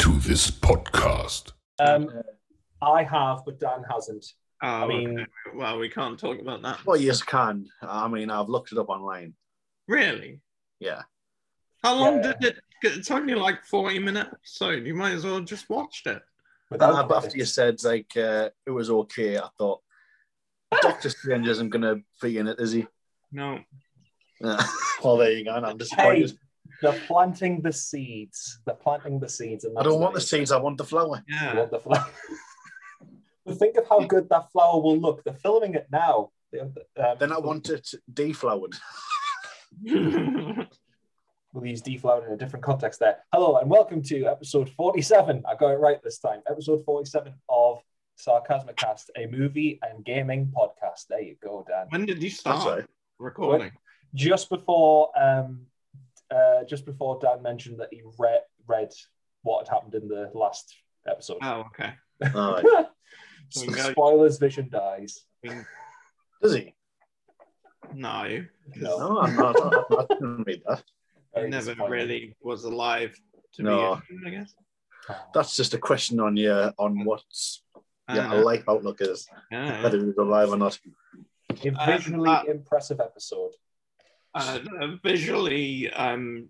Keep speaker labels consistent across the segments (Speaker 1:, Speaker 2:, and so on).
Speaker 1: this podcast.
Speaker 2: Um, I have, but Dan hasn't.
Speaker 3: Oh,
Speaker 2: I mean,
Speaker 3: okay. well, we can't talk about that.
Speaker 4: Well, yes, can. I mean, I've looked it up online.
Speaker 3: Really?
Speaker 4: Yeah.
Speaker 3: How long
Speaker 2: Yeah.
Speaker 3: did it? It's only like forty-minute episode. You might as well just watched it.
Speaker 2: without
Speaker 4: Uh, But after
Speaker 2: credits.
Speaker 4: you said like uh, it was okay, I thought Doctor Strange isn't going to be in it, is he?
Speaker 3: No,
Speaker 4: well, there you go. and I'm disappointed.
Speaker 2: Hey, they're planting the seeds. They're planting the seeds. And
Speaker 4: I don't
Speaker 2: that's
Speaker 4: want the
Speaker 2: amazing.
Speaker 4: seeds. I want the flower.
Speaker 2: You
Speaker 3: yeah.
Speaker 2: want the flower. but think of how good that flower will look. They're filming it now. They- Um,
Speaker 4: Then I want it deflowered.
Speaker 2: We'll use deflowered in a different context there. Hello and welcome to episode 47. I got it right this time. Episode 47 of Sarcasmicast, a movie and gaming podcast. There you go, Dan.
Speaker 3: when did you
Speaker 4: That's
Speaker 3: start
Speaker 4: right.
Speaker 3: recording?
Speaker 2: just before um uh just before Dan mentioned that he read read what had happened in the last episode.
Speaker 3: Oh, okay.
Speaker 4: All right.
Speaker 3: we know-
Speaker 2: Spoilers vision dies.
Speaker 4: Does he?
Speaker 3: No,
Speaker 2: No,
Speaker 4: No, I'm not. I'm not going to read that.
Speaker 3: I
Speaker 2: very
Speaker 3: never
Speaker 2: disappointing.
Speaker 3: really was alive to
Speaker 4: No.
Speaker 3: be. a- I guess.
Speaker 2: Oh.
Speaker 4: That's just a question on your on what's
Speaker 3: I
Speaker 4: your
Speaker 3: don't know.
Speaker 4: life outlook is,
Speaker 3: Uh, Yeah.
Speaker 4: whether you're alive or not.
Speaker 2: a visually
Speaker 3: Um, uh,
Speaker 2: impressive episode.
Speaker 3: Uh, visually, um,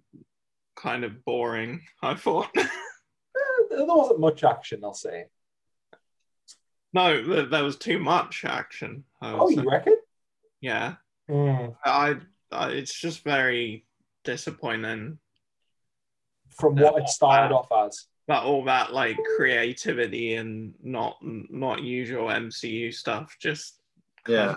Speaker 3: kind of boring. I thought.
Speaker 2: Eh, There wasn't much action, I'll say.
Speaker 3: no, th- there was too much action. I would
Speaker 2: Oh,
Speaker 3: say.
Speaker 2: you reckon? Hmm.
Speaker 3: yeah. I, I it's just very disappointing
Speaker 2: From what it started off as.
Speaker 3: that all that like creativity and not not usual MCU stuff just
Speaker 4: Yeah.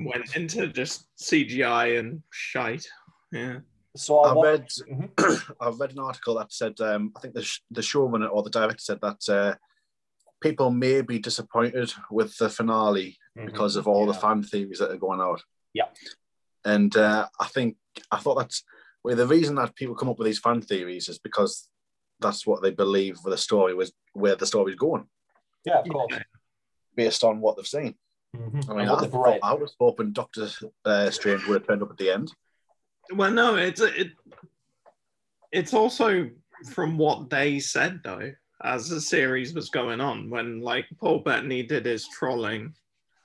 Speaker 3: went into just CGI and shite. Yeah.
Speaker 2: So I,
Speaker 4: I
Speaker 2: wa-
Speaker 4: read-
Speaker 2: Mhm.
Speaker 4: I've read an article that said um, I think the sh- the showrunner or the director said that uh, people may be disappointed with the finale because of all the
Speaker 2: Mm-hmm. Yeah.
Speaker 4: fan theories that are going out.
Speaker 2: Yeah.
Speaker 4: And uh, I think I thought that's well, the reason that people come up with these fan theories is because that's what they believe the story was where the story's going
Speaker 2: Yeah, of course.
Speaker 4: based on what they've seen. I mean,
Speaker 2: And
Speaker 4: I,
Speaker 2: what they've
Speaker 4: thought,
Speaker 2: read.
Speaker 4: I was hoping Doctor uh, Strange would have turned up at the end.
Speaker 3: Well, no, it's it. It's also from what they said though, as the series was going on, when like Paul Bettany did his trolling,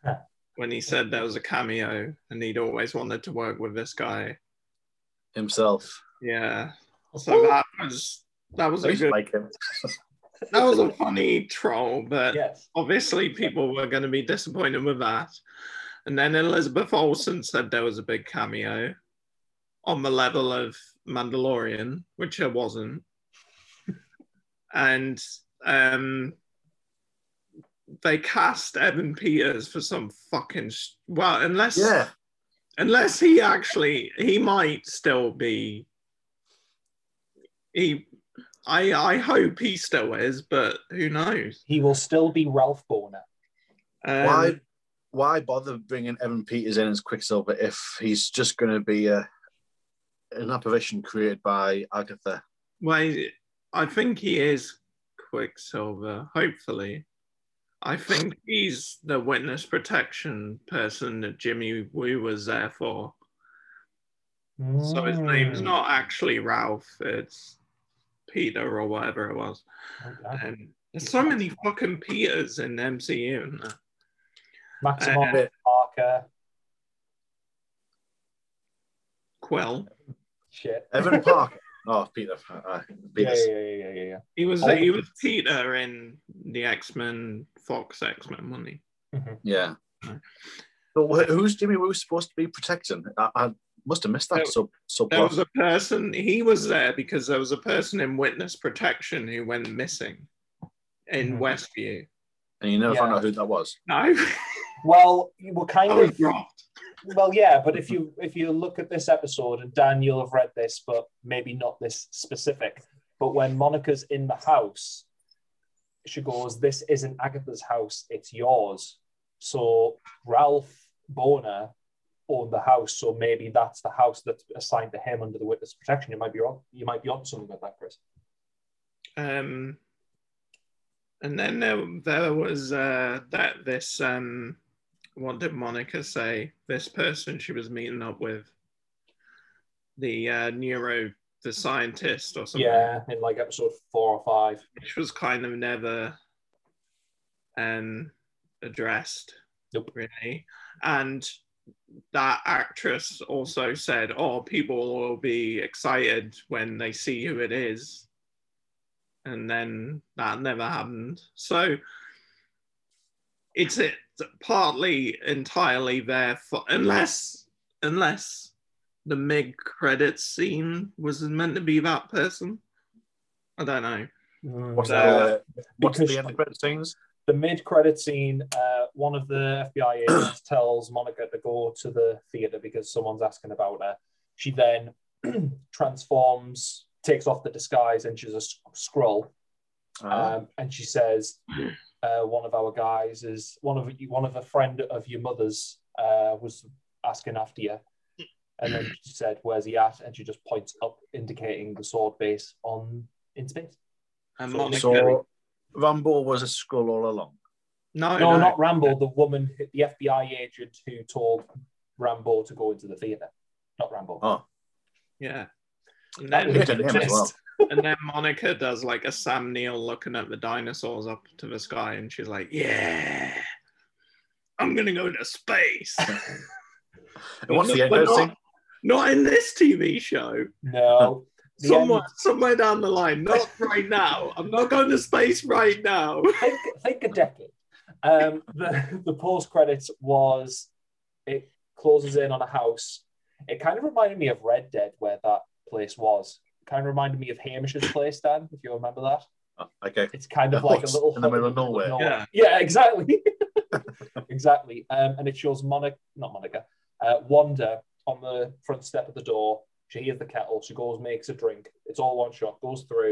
Speaker 2: Yeah.
Speaker 3: when he said there was a cameo and he'd always wanted to work with this guy.
Speaker 4: Himself,
Speaker 3: Yeah. So that was that was
Speaker 4: I
Speaker 3: a
Speaker 4: used
Speaker 3: good
Speaker 4: to like him.
Speaker 3: that was a funny troll, but
Speaker 2: Yes.
Speaker 3: obviously people were going to be disappointed with that. And then Elizabeth Olsen said there was a big cameo on the level of Mandalorian, which it wasn't. and um, they cast Evan Peters for some fucking s- well, unless
Speaker 4: Yeah,
Speaker 3: unless he actually he might still be he i i hope he still is but who knows
Speaker 2: He will still be Ralph Boner.
Speaker 3: um,
Speaker 4: why why bother bringing Evan Peters in as Quicksilver if he's just going to be a, an apparition created by Agatha?
Speaker 3: why i think he is quicksilver hopefully i think he's the witness protection person that jimmy woo was there for so his name's
Speaker 2: Mm.
Speaker 3: not actually ralph it's peter or whatever it was
Speaker 2: Okay.
Speaker 3: um, there's so many fucking peters in the mcu now.
Speaker 2: Maximum
Speaker 4: Uh,
Speaker 2: Parker.
Speaker 3: Quill.
Speaker 2: Shit.
Speaker 4: Evan Parker. Oh, Peter. Uh,
Speaker 2: yeah,
Speaker 4: Peters.
Speaker 2: yeah, yeah, yeah, yeah.
Speaker 3: He was
Speaker 2: Oh.
Speaker 3: he was Peter in the X Men Fox X Men, wasn't he?
Speaker 4: Yeah.
Speaker 3: Right.
Speaker 4: So wh- who's Jimmy Woo supposed to be protecting? I, I must have missed that
Speaker 3: There-
Speaker 4: sub sub
Speaker 3: There was a person he was there because there was a person in witness protection who went missing in
Speaker 2: Mhm.
Speaker 3: Westview.
Speaker 4: and you never
Speaker 2: yeah.
Speaker 4: found out who that was.
Speaker 3: No,
Speaker 2: Well, you were kind
Speaker 3: I was
Speaker 2: of
Speaker 3: dropped.
Speaker 2: well, yeah. But if you if you look at this episode, and Dan, you'll have read this, but maybe not this specific. But when Monica's in the house, she goes, "This isn't Agatha's house; it's yours." So Ralph Boner owned the house, so maybe that's the house that's assigned to him under the witness protection. You might be on you might be on something with that, Chris.
Speaker 3: Um, and then there, there was uh, that this um, what did Monica say? This person she was meeting up with, the uh, neuro the scientist or something,
Speaker 2: Yeah, in like episode four or five.
Speaker 3: which was kind of never um, addressed.
Speaker 2: Nope.
Speaker 3: Really. And that actress also said, Oh, people will be excited when they see who it is. And then that never happened. So it's it partly entirely their fault unless unless the mid credits scene was meant to be that person. I don't know.
Speaker 4: What's uh,
Speaker 3: So-
Speaker 4: the what's
Speaker 2: Uh, because-
Speaker 4: the end credit scenes?
Speaker 2: the mid-credit scene, uh, one of the FBI agents tells Monica to go to the theater because someone's asking about her. She then transforms, takes off the disguise, and she's a s- scroll.
Speaker 4: Uh,
Speaker 2: Um, and she says, uh, "One of our guys is one of one of a friend of your mother's uh, was asking after you." And then she said, "Where's he at?" And she just points up, indicating the sword base on in space.
Speaker 3: And
Speaker 2: So-
Speaker 3: Monica.
Speaker 4: so Rambo was a skull all along.
Speaker 3: no,
Speaker 2: no,
Speaker 3: no,
Speaker 2: not Rambo. The woman, the FBI agent who told Rambo to go into the theater, not Rambo.
Speaker 4: Oh.
Speaker 3: Yeah. And
Speaker 2: That
Speaker 4: Who
Speaker 3: then,
Speaker 2: would-
Speaker 4: did him as well?
Speaker 3: and then Monica does like a Sam Neill looking at the dinosaurs up to the sky, and she's like, "Yeah, I'm gonna go to space."
Speaker 4: And what's the
Speaker 3: But
Speaker 4: end credit scene?
Speaker 3: not, not in this TV show.
Speaker 2: No, the
Speaker 3: Somewhere,
Speaker 2: end-
Speaker 3: somewhere down the line. Not right now. I'm not going to space right now.
Speaker 2: think, think a decade. Um, the the post credits was it closes in on a house. It kind of reminded me of Red Dead, where that place was. kind of reminded me of Hamish's place, Dan, if you remember that.
Speaker 4: Oh, Okay.
Speaker 2: It's kind of
Speaker 4: The
Speaker 2: like a
Speaker 4: hut
Speaker 2: little
Speaker 4: in the
Speaker 2: hut
Speaker 4: middle of nowhere.
Speaker 2: Yeah, exactly. exactly. Um, and it shows Monica, not Monica, uh, Wanda on the front step of the door. She hears the kettle. She goes, makes a drink. It's all one shot, goes through.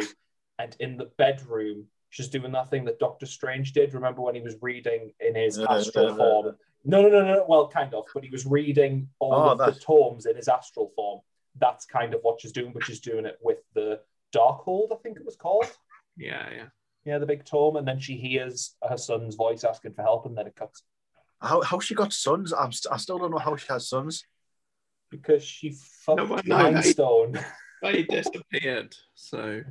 Speaker 2: And in the bedroom, she's doing that thing that Doctor Strange did. Remember when he was reading in his
Speaker 4: Uh,
Speaker 2: astral
Speaker 4: uh,
Speaker 2: form? No, no, no, no. Well, kind of. But he was reading all
Speaker 4: Oh,
Speaker 2: of the
Speaker 4: that's-
Speaker 2: tomes in his astral form. That's kind of what she's doing, but she's doing it with the Darkhold, I think it was called
Speaker 3: Yeah, yeah.
Speaker 2: yeah, the big tome, and then she hears her son's voice asking for help, and then it cuts
Speaker 4: How, how she got sons? I'm st- I still don't know how she has sons.
Speaker 2: because she fucked
Speaker 3: No, but no,
Speaker 2: Mindstone.
Speaker 3: They disappeared, so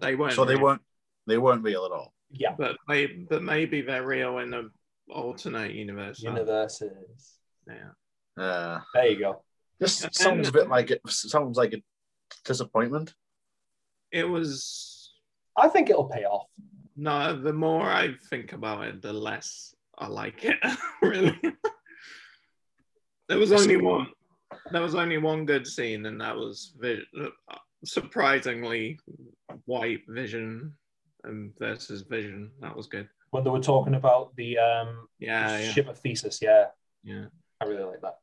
Speaker 3: they weren't.
Speaker 4: So they
Speaker 3: real.
Speaker 4: weren't they weren't real at all.
Speaker 2: yeah,
Speaker 3: But may, but maybe they're real in an alternate universe. huh?
Speaker 2: universes.
Speaker 3: Yeah.
Speaker 4: Uh,
Speaker 2: There you go.
Speaker 4: this sounds a bit like it sounds like a disappointment.
Speaker 3: It was
Speaker 2: I think it'll pay off.
Speaker 3: no. The more I think about it, the less I like it. really. there was only one. There was only one good scene, and that was vi- uh, surprisingly white Vision um, versus Vision. That was good.
Speaker 2: When they were talking about the um,
Speaker 3: Yeah, yeah,
Speaker 2: ship of thesis, yeah,
Speaker 3: yeah.
Speaker 2: I really like that.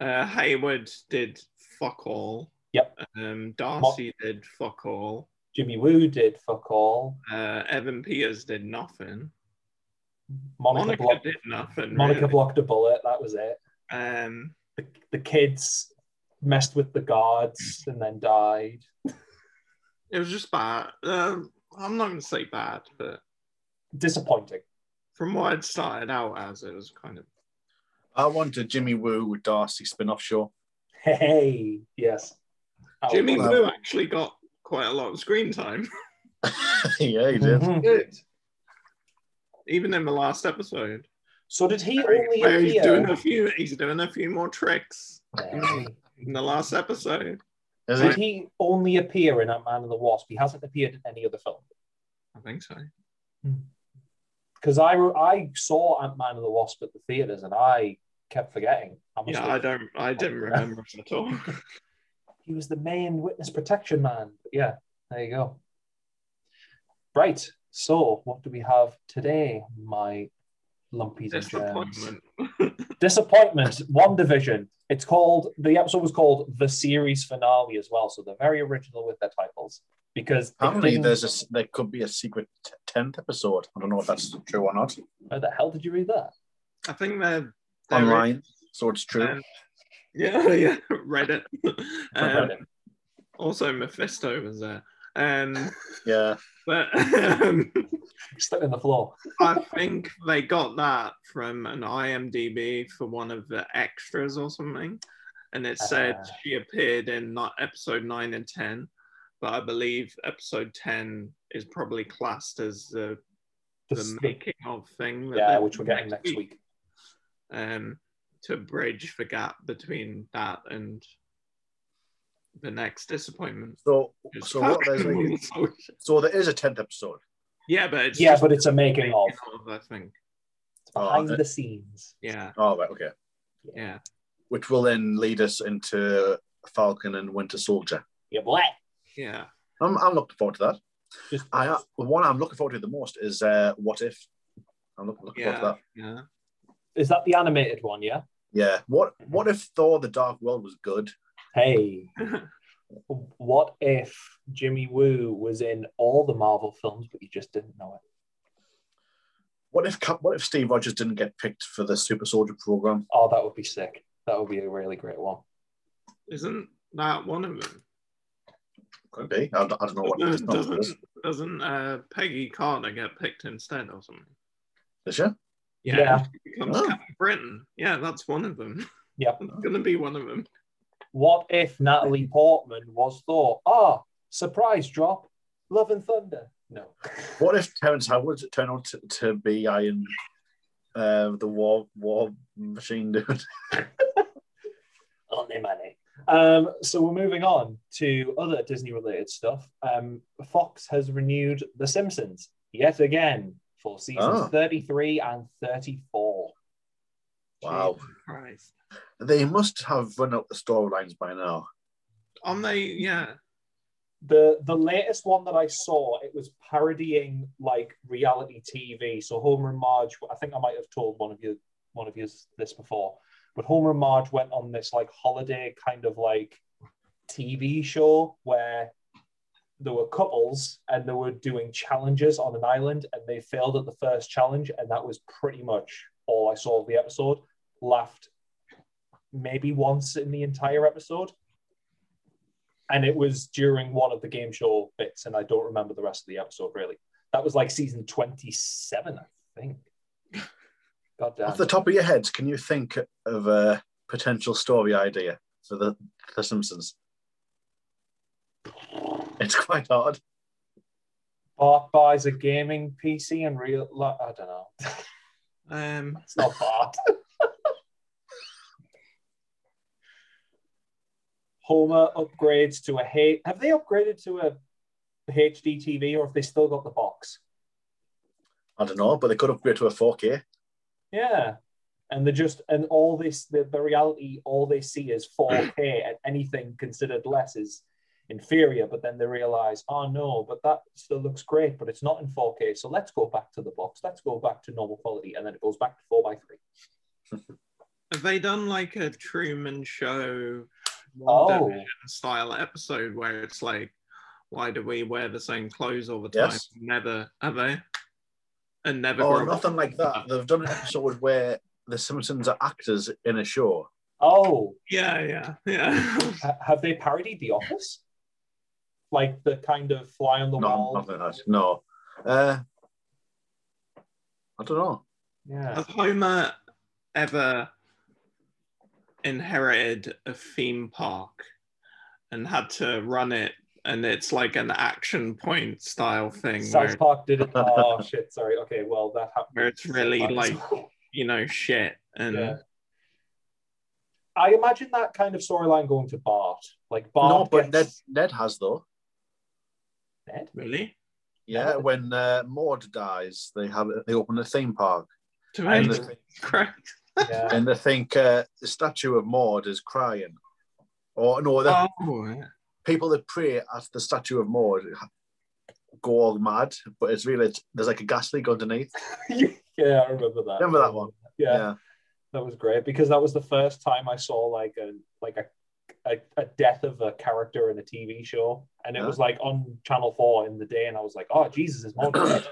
Speaker 3: Uh, Hayward did fuck all.
Speaker 2: Yep.
Speaker 3: Um, Darcy did fuck all.
Speaker 2: Jimmy Woo did fuck all.
Speaker 3: Uh, Evan Peters did nothing.
Speaker 2: Monica,
Speaker 3: Monica
Speaker 2: blocked.
Speaker 3: did nothing.
Speaker 2: Monica
Speaker 3: really.
Speaker 2: blocked a bullet. That was it.
Speaker 3: Um,
Speaker 2: The, the kids messed with the guards and then died.
Speaker 3: it was just bad. Um, I'm not going to say bad, but
Speaker 2: Disappointing.
Speaker 3: from what it started out as, it was kind of.
Speaker 4: I want a Jimmy Woo with Darcy spin-off show.
Speaker 2: Hey, yes. Out.
Speaker 3: Jimmy
Speaker 4: Oh, well.
Speaker 3: Woo actually got quite a lot of screen time,
Speaker 4: yeah, he did.
Speaker 2: Mhm.
Speaker 3: Good. even in the last episode.
Speaker 2: So did he only
Speaker 3: Where he's doing
Speaker 2: appear?
Speaker 3: a few. He's doing a few more tricks in the last episode.
Speaker 4: Is
Speaker 2: Did
Speaker 4: he?
Speaker 2: he only appear in Ant Man and the Wasp? He hasn't appeared in any other film.
Speaker 3: I think so.
Speaker 2: Because I re- I saw Ant Man and the Wasp at the theaters and I kept forgetting. I must
Speaker 3: Yeah,
Speaker 2: have-
Speaker 3: I don't. I didn't remember it at all.
Speaker 2: He was the main witness protection man. But yeah, there you go. Right. So what do we have today, my lumpies and germs?
Speaker 3: Disappointment.
Speaker 2: Disappointment. One division. It's called the episode was called the series finale as well. So they're very original with their titles because it
Speaker 4: Apparently,
Speaker 2: didn't-
Speaker 4: there's a, s- there could be a secret t- tenth episode. I don't know if that's true or not.
Speaker 2: Where the hell did you read that?
Speaker 3: I think they're they're-
Speaker 4: Online, so it's true.
Speaker 3: Um, Yeah, yeah, Reddit.
Speaker 2: Read
Speaker 3: Um,
Speaker 2: it.
Speaker 3: also, Mephisto was there. Um,
Speaker 4: Yeah,
Speaker 3: but um,
Speaker 2: stuck in the floor.
Speaker 3: I think they got that from an IMDb for one of the extras or something, and it said
Speaker 2: Ah.
Speaker 3: she appeared in not episode nine and ten. but I believe episode 10 is probably classed as the, the making of thing. that
Speaker 2: yeah,
Speaker 3: they
Speaker 2: which we're
Speaker 3: do
Speaker 2: getting next week.
Speaker 3: Um, to bridge the gap between that and the next disappointment.
Speaker 4: So,
Speaker 3: It's
Speaker 4: so what? There's like, so there is a tenth episode.
Speaker 3: yeah, but it's
Speaker 2: Yeah,
Speaker 3: just
Speaker 2: but it's a making
Speaker 3: making
Speaker 2: of.
Speaker 3: of, I think.
Speaker 2: It's behind
Speaker 4: Oh,
Speaker 2: the scenes.
Speaker 3: Yeah,
Speaker 4: Oh right, okay.
Speaker 3: yeah.
Speaker 4: Which will then lead us into Falcon and Winter Soldier.
Speaker 2: Yeah, boy.
Speaker 3: Yeah.
Speaker 4: I'm, I'm looking forward to that.
Speaker 2: Just-
Speaker 4: I uh, the one I'm looking forward to the most is uh, What If. I'm look- looking
Speaker 3: Yeah.
Speaker 4: forward to
Speaker 3: Yeah.
Speaker 2: Is that the animated one? Yeah.
Speaker 4: that. Yeah. What What if Thor: The Dark World was good?
Speaker 2: Hey, what if Jimmy Woo was in all the Marvel films, but you just didn't know it?
Speaker 4: What if Cap- What if Steve Rogers didn't get picked for the Super Soldier program?
Speaker 2: Oh, that would be sick. That would be a really great one.
Speaker 3: Isn't that one of them?
Speaker 4: Could be. I, don't- I don't know what.
Speaker 3: Doesn't
Speaker 4: it's not
Speaker 3: doesn't, doesn't uh, Peggy Carter get picked instead or something?
Speaker 4: This year?
Speaker 2: Yeah.
Speaker 3: she becomes
Speaker 4: Oh.
Speaker 3: Captain Britain. Yeah, that's one of them.
Speaker 2: Yep.
Speaker 3: It's gonna be one of them.
Speaker 2: What if Natalie Portman was Thor? Ah, surprise drop, Love and Thunder. No.
Speaker 4: What if Terrence Howard turned out to, to be Iron, uh, the War War Machine dude?
Speaker 2: Only money. Um, so we're moving on to other Disney related stuff. Um, Fox has renewed The Simpsons yet again for seasons
Speaker 4: Oh.
Speaker 2: 33 and 34.
Speaker 4: Wow.
Speaker 3: Jesus Christ.
Speaker 4: They must have run out the storylines by now.
Speaker 3: On they yeah.
Speaker 2: The the latest one that I saw, it was parodying like reality TV. So Homer and Marge, I think I might have told one of you one of you this before, but Homer and Marge went on this like holiday kind of like TV show where there were couples and they were doing challenges on an island and they failed at the first challenge and that was pretty much all I saw of the episode. Laughed maybe once in the entire episode. And it was during one of the game show bits, and I don't remember the rest of the episode really. That was like season 27, I think. God damn.
Speaker 4: Off the top of your heads, can you think of a potential story idea for the, the Simpsons? It's quite hard.
Speaker 2: Bart buys a gaming PC and real like, I don't know.
Speaker 3: Um
Speaker 2: It's not Bart. Homer upgrades to a H. Have they upgraded to a HD TV or have they still got the box?
Speaker 4: I don't know, but they could upgrade to a 4K.
Speaker 2: Yeah. And they just and all this the, the reality, all they see is 4K and anything considered less is inferior, but then they realize, oh no, but that still looks great, but it's not in 4K. So let's go back to the box. Let's go back to normal quality. And then it goes back to four by three.
Speaker 3: have they done like a Truman show
Speaker 2: Oh,
Speaker 3: style episode where it's like, why do we wear the same clothes all the time?
Speaker 4: Yes. Oh,
Speaker 3: Never have they? And never
Speaker 4: Or
Speaker 3: grow
Speaker 4: nothing
Speaker 3: up.
Speaker 4: like that. They've done an episode where the Simpsons are actors in a show.
Speaker 2: oh,
Speaker 3: Yeah, yeah, yeah.
Speaker 2: ha- have they parodied The Office? Like the kind of fly on the
Speaker 4: No,
Speaker 2: wall.
Speaker 4: nothing like that. No. Uh, I don't know.
Speaker 2: Yeah.
Speaker 3: Has Homer ever inherited a theme park and had to run it? And it's like an action point style thing where,
Speaker 2: South Park did it. Oh shit! Sorry. Okay. Well, that happened.
Speaker 3: where it's really
Speaker 2: South Park
Speaker 3: like,
Speaker 2: as well.
Speaker 3: you know, shit. And
Speaker 2: Yeah. I imagine that kind of storyline going to Bart. Like Bart
Speaker 4: no, but Ned,
Speaker 2: gets
Speaker 4: Ned has, though.
Speaker 2: Ned?
Speaker 3: really?
Speaker 4: Yeah, when uh, Maud dies, they have they open a theme park,
Speaker 3: To
Speaker 2: I
Speaker 4: and,
Speaker 3: me,
Speaker 2: know.
Speaker 3: it's
Speaker 4: they,
Speaker 3: correct.
Speaker 2: Yeah.
Speaker 4: and they think uh, the statue of Maud is crying, or no, the
Speaker 3: Oh, yeah.
Speaker 4: people that pray at the statue of Maud go all mad, but it's really there's like a gas leak underneath.
Speaker 2: yeah, I remember that.
Speaker 4: Remember that one?
Speaker 2: Yeah, that was great because that was the first time I saw like a like a a, a death of a character in a TV show, and it
Speaker 4: Yeah.
Speaker 2: was like on Channel Four in the day, and I was like, oh Jesus, is more dead.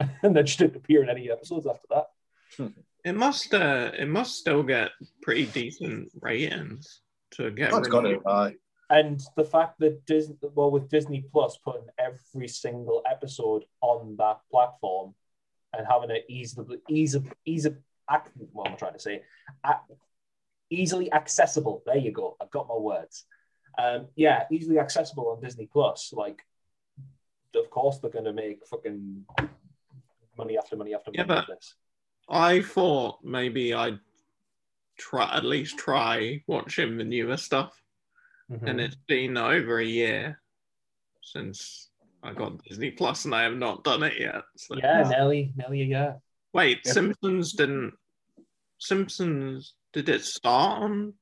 Speaker 2: and then she didn't appear in any episodes after that.
Speaker 3: It must uh it must still get pretty decent ratings to get
Speaker 4: Oh, it's got it.
Speaker 3: renewed.
Speaker 4: Right.
Speaker 2: And the fact that Disney, well, with Disney Plus putting every single episode on that platform and having it easily, easily, easily, what am I trying to say? A- easily accessible. There you go. I've got my words. Um, yeah, easily accessible on Disney Plus. Like, of course they're going to make fucking money after money after money.
Speaker 3: Yeah,
Speaker 2: with this.
Speaker 3: I thought maybe I'd try at least try watching the newer stuff,
Speaker 4: Mm-hmm.
Speaker 2: Hmm.
Speaker 3: and it's been over a year since I got Disney Plus, and I have not done it yet. So.
Speaker 2: yeah, nearly, nearly a year.
Speaker 3: Wait,
Speaker 4: Yeah.
Speaker 3: Simpsons didn't. Simpsons did it start on?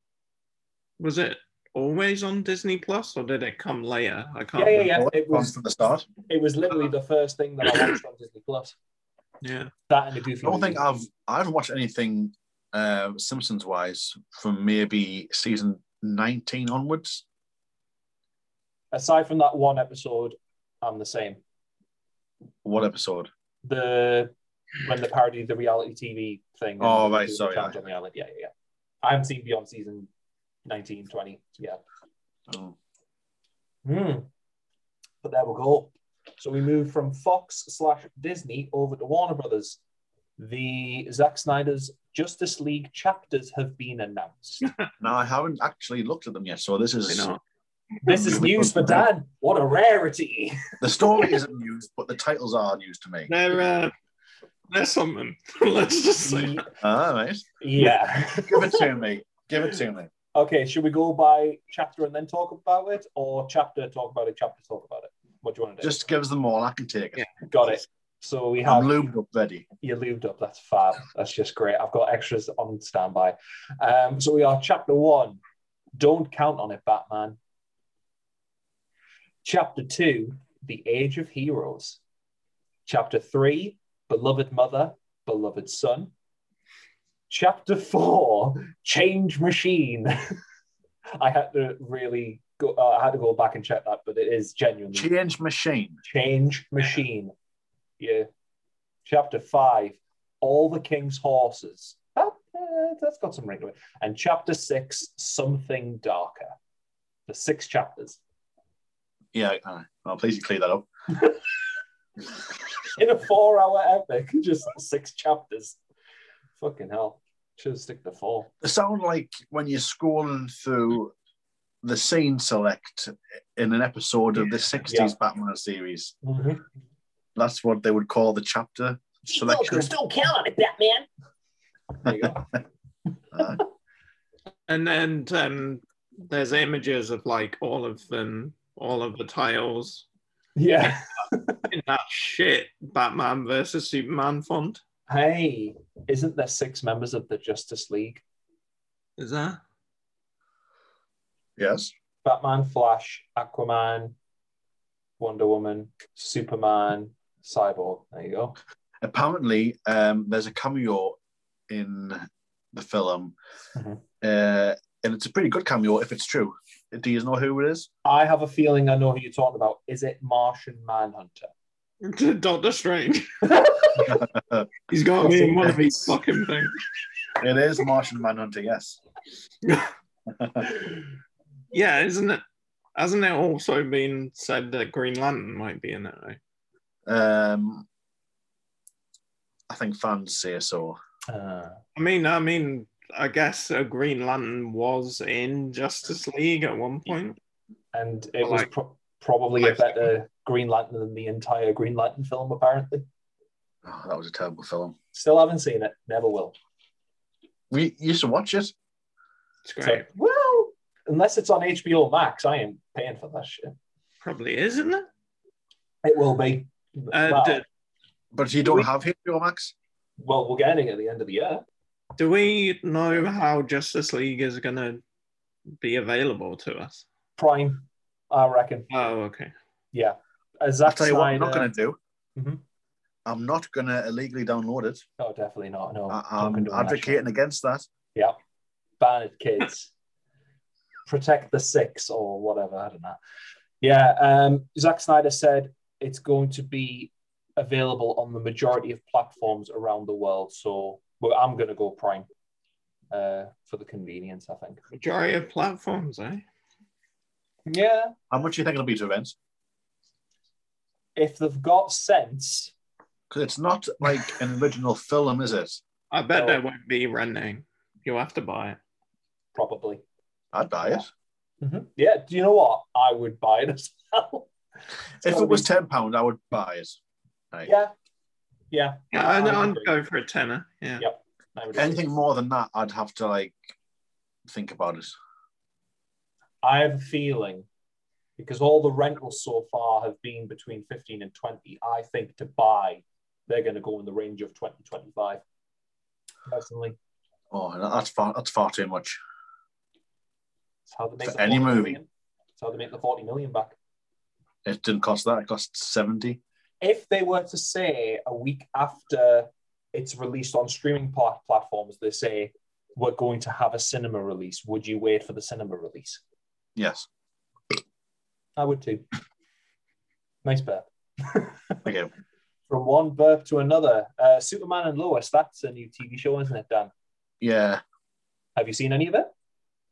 Speaker 3: Was it always on Disney Plus, or did it come later? I can't.
Speaker 2: Yeah, yeah,
Speaker 3: remember.
Speaker 2: yeah. It
Speaker 4: on
Speaker 2: was
Speaker 4: from the start.
Speaker 2: it was literally the first thing that I watched on Disney Plus.
Speaker 3: yeah.
Speaker 2: That and the Goofy.
Speaker 4: I don't think
Speaker 2: movie.
Speaker 4: I've I haven't watched anything uh, Simpsons wise from maybe season nineteen onwards.
Speaker 2: Aside from that one episode, I'm the same.
Speaker 4: What episode?
Speaker 2: The when they parody the reality TV thing.
Speaker 4: Oh,
Speaker 2: and
Speaker 4: right,
Speaker 2: doing
Speaker 4: sorry,
Speaker 2: Challenge on the Island. Yeah, yeah, yeah. I haven't seen beyond season 19, 20. Yeah.
Speaker 4: Oh.
Speaker 2: Hmm. But there we go. So we move from Fox slash Disney over to Warner Brothers. The Zack Snyder's Justice League chapters have been announced.
Speaker 4: Now I haven't actually looked at them yet, so this
Speaker 3: Why
Speaker 4: is
Speaker 3: not?
Speaker 2: this is news for Dan. What a rarity.
Speaker 4: the story isn't news, but the titles are news to me.
Speaker 3: They're uh, they're something. Let's just say.
Speaker 2: Mm.
Speaker 4: All right,
Speaker 2: yeah.
Speaker 4: give it to me. Give it to me.
Speaker 2: Okay, should we go by chapter and then talk about it, or chapter talk about it, chapter talk about it? What do you want to do?
Speaker 4: Just give us them all. I can take it.
Speaker 2: got it. So we have
Speaker 4: I'm lubed up, ready.
Speaker 2: you're lubed up. That's fab. That's just great. I've got extras on standby. Um, so we are chapter one. Don't count on it, Batman. Chapter two, the age of heroes. Chapter three, beloved mother, beloved son. Chapter four, change machine. I had to really go. Uh, I had to go back and check that, but it is genuinely
Speaker 4: Change machine.
Speaker 2: Change Machine. Yeah. Chapter five, All the King's Horses. That, uh, that's got some ring to it. And chapter six, Something Darker. The six chapters.
Speaker 4: Yeah. Uh, well, please you clear that up.
Speaker 2: In a four hour epic, just six chapters. Fucking hell. Should have stick to four.
Speaker 4: They sound like when you're scrolling through the scene select in an episode of the 60s
Speaker 2: Yeah.
Speaker 4: Batman series.
Speaker 2: Mm-hmm.
Speaker 4: That's what they would call the chapter. Selection.
Speaker 2: Wilkins, don't count on it, Batman. There you go.
Speaker 3: And then um, there's images of like all of them, all of the tiles
Speaker 2: Yeah.
Speaker 3: in that shit Batman versus Superman font.
Speaker 2: Hey, isn't there six members of the Justice League?
Speaker 3: Is that?
Speaker 4: Yes.
Speaker 2: Batman, Flash, Aquaman, Wonder Woman, Superman, Cyborg. There you go.
Speaker 4: Apparently, um, there's a cameo in the film,
Speaker 2: Mhm.
Speaker 4: uh, and it's a pretty good cameo if it's true. Do you know who it is?
Speaker 2: I have a feeling I know who you're talking about. Is it Martian Manhunter?
Speaker 3: Doctor Strange. He's got me in one of these fucking things.
Speaker 4: It is Martian Manhunter, yes.
Speaker 3: Yeah, isn't it? Hasn't it also been said that Green Lantern might be in it? Right?
Speaker 4: Um, I think fans say so.
Speaker 2: Uh,
Speaker 3: I mean, I mean, I guess a Green Lantern was in Justice League at one point.
Speaker 2: and it was
Speaker 3: Like-
Speaker 2: pro- probably a
Speaker 3: like-
Speaker 2: better Green Lantern than the entire Green Lantern film, apparently.
Speaker 4: Oh, that was a terrible film.
Speaker 2: Still haven't seen it. Never will.
Speaker 4: We used to watch it.
Speaker 3: It's
Speaker 2: So,
Speaker 3: great.
Speaker 2: well, unless it's on HBO Max, I am paying for that shit.
Speaker 3: Probably is, isn't it?
Speaker 2: It will be.
Speaker 3: Uh,
Speaker 2: well,
Speaker 3: do,
Speaker 4: But you don't have HBO Max?
Speaker 2: well, we're getting it at the end of the year.
Speaker 3: do we know how Justice League is going to be available to us?
Speaker 2: Prime, I reckon.
Speaker 3: Oh, okay.
Speaker 2: Yeah. Uh,
Speaker 4: I'll
Speaker 2: Zack
Speaker 4: tell you what I'm not
Speaker 2: Snyder-
Speaker 4: going to do.
Speaker 2: Mhm.
Speaker 4: I'm not going to illegally download it.
Speaker 2: No, Oh, definitely not. No,
Speaker 4: I,
Speaker 2: Don't
Speaker 4: I'm
Speaker 2: condone that shit.
Speaker 4: advocating against that.
Speaker 2: ban it, kids. Protect the six or whatever. I don't know. Yeah, um, Zack Snyder said it's going to be available on the majority of platforms around the world. So well, I'm going to go Prime uh, for the convenience. I think.
Speaker 3: Majority of platforms, eh?
Speaker 2: Yeah,
Speaker 4: How much do you think it'll be to events?
Speaker 2: if they've got sense,
Speaker 4: Because it's not like an original film, is it?
Speaker 3: I bet
Speaker 2: Oh.
Speaker 3: there won't be renting. You'll have to buy it.
Speaker 2: probably.
Speaker 4: I'd buy it.
Speaker 2: Mhm. Yeah. Do you know what? I would buy it as well. It's
Speaker 4: If
Speaker 2: gotta
Speaker 4: it was
Speaker 2: be-
Speaker 4: ten pound, I would buy it. Right.
Speaker 2: yeah, yeah.
Speaker 3: Yeah, I'd,
Speaker 2: I
Speaker 3: I'd
Speaker 2: agree.
Speaker 3: go for a tenner. Yeah.
Speaker 2: Yeah. I would agree.
Speaker 4: Anything more than that, I'd have to like think about it.
Speaker 2: I have a feeling because all the rentals so far have been between 15 and 20. I think to buy, they're going to go in the range of 20, 25. Personally,
Speaker 4: Oh, no, that's far. That's far too much.
Speaker 2: it's how they make
Speaker 4: For
Speaker 2: the
Speaker 4: any
Speaker 2: 40
Speaker 4: movie.
Speaker 2: million. It's how they make the 40 million back.
Speaker 4: It didn't cost that. It cost seventy.
Speaker 2: If they were to say a week after it's released on streaming pla- platforms, they say, we're going to have a cinema release. Would you wait for the cinema release?
Speaker 4: Yes.
Speaker 2: I would too. Nice bet.
Speaker 4: Okay.
Speaker 2: From one burp to another, uh, Superman and Lois, that's a new TV show, isn't it, Dan?
Speaker 4: Yeah.
Speaker 2: Have you seen any of it?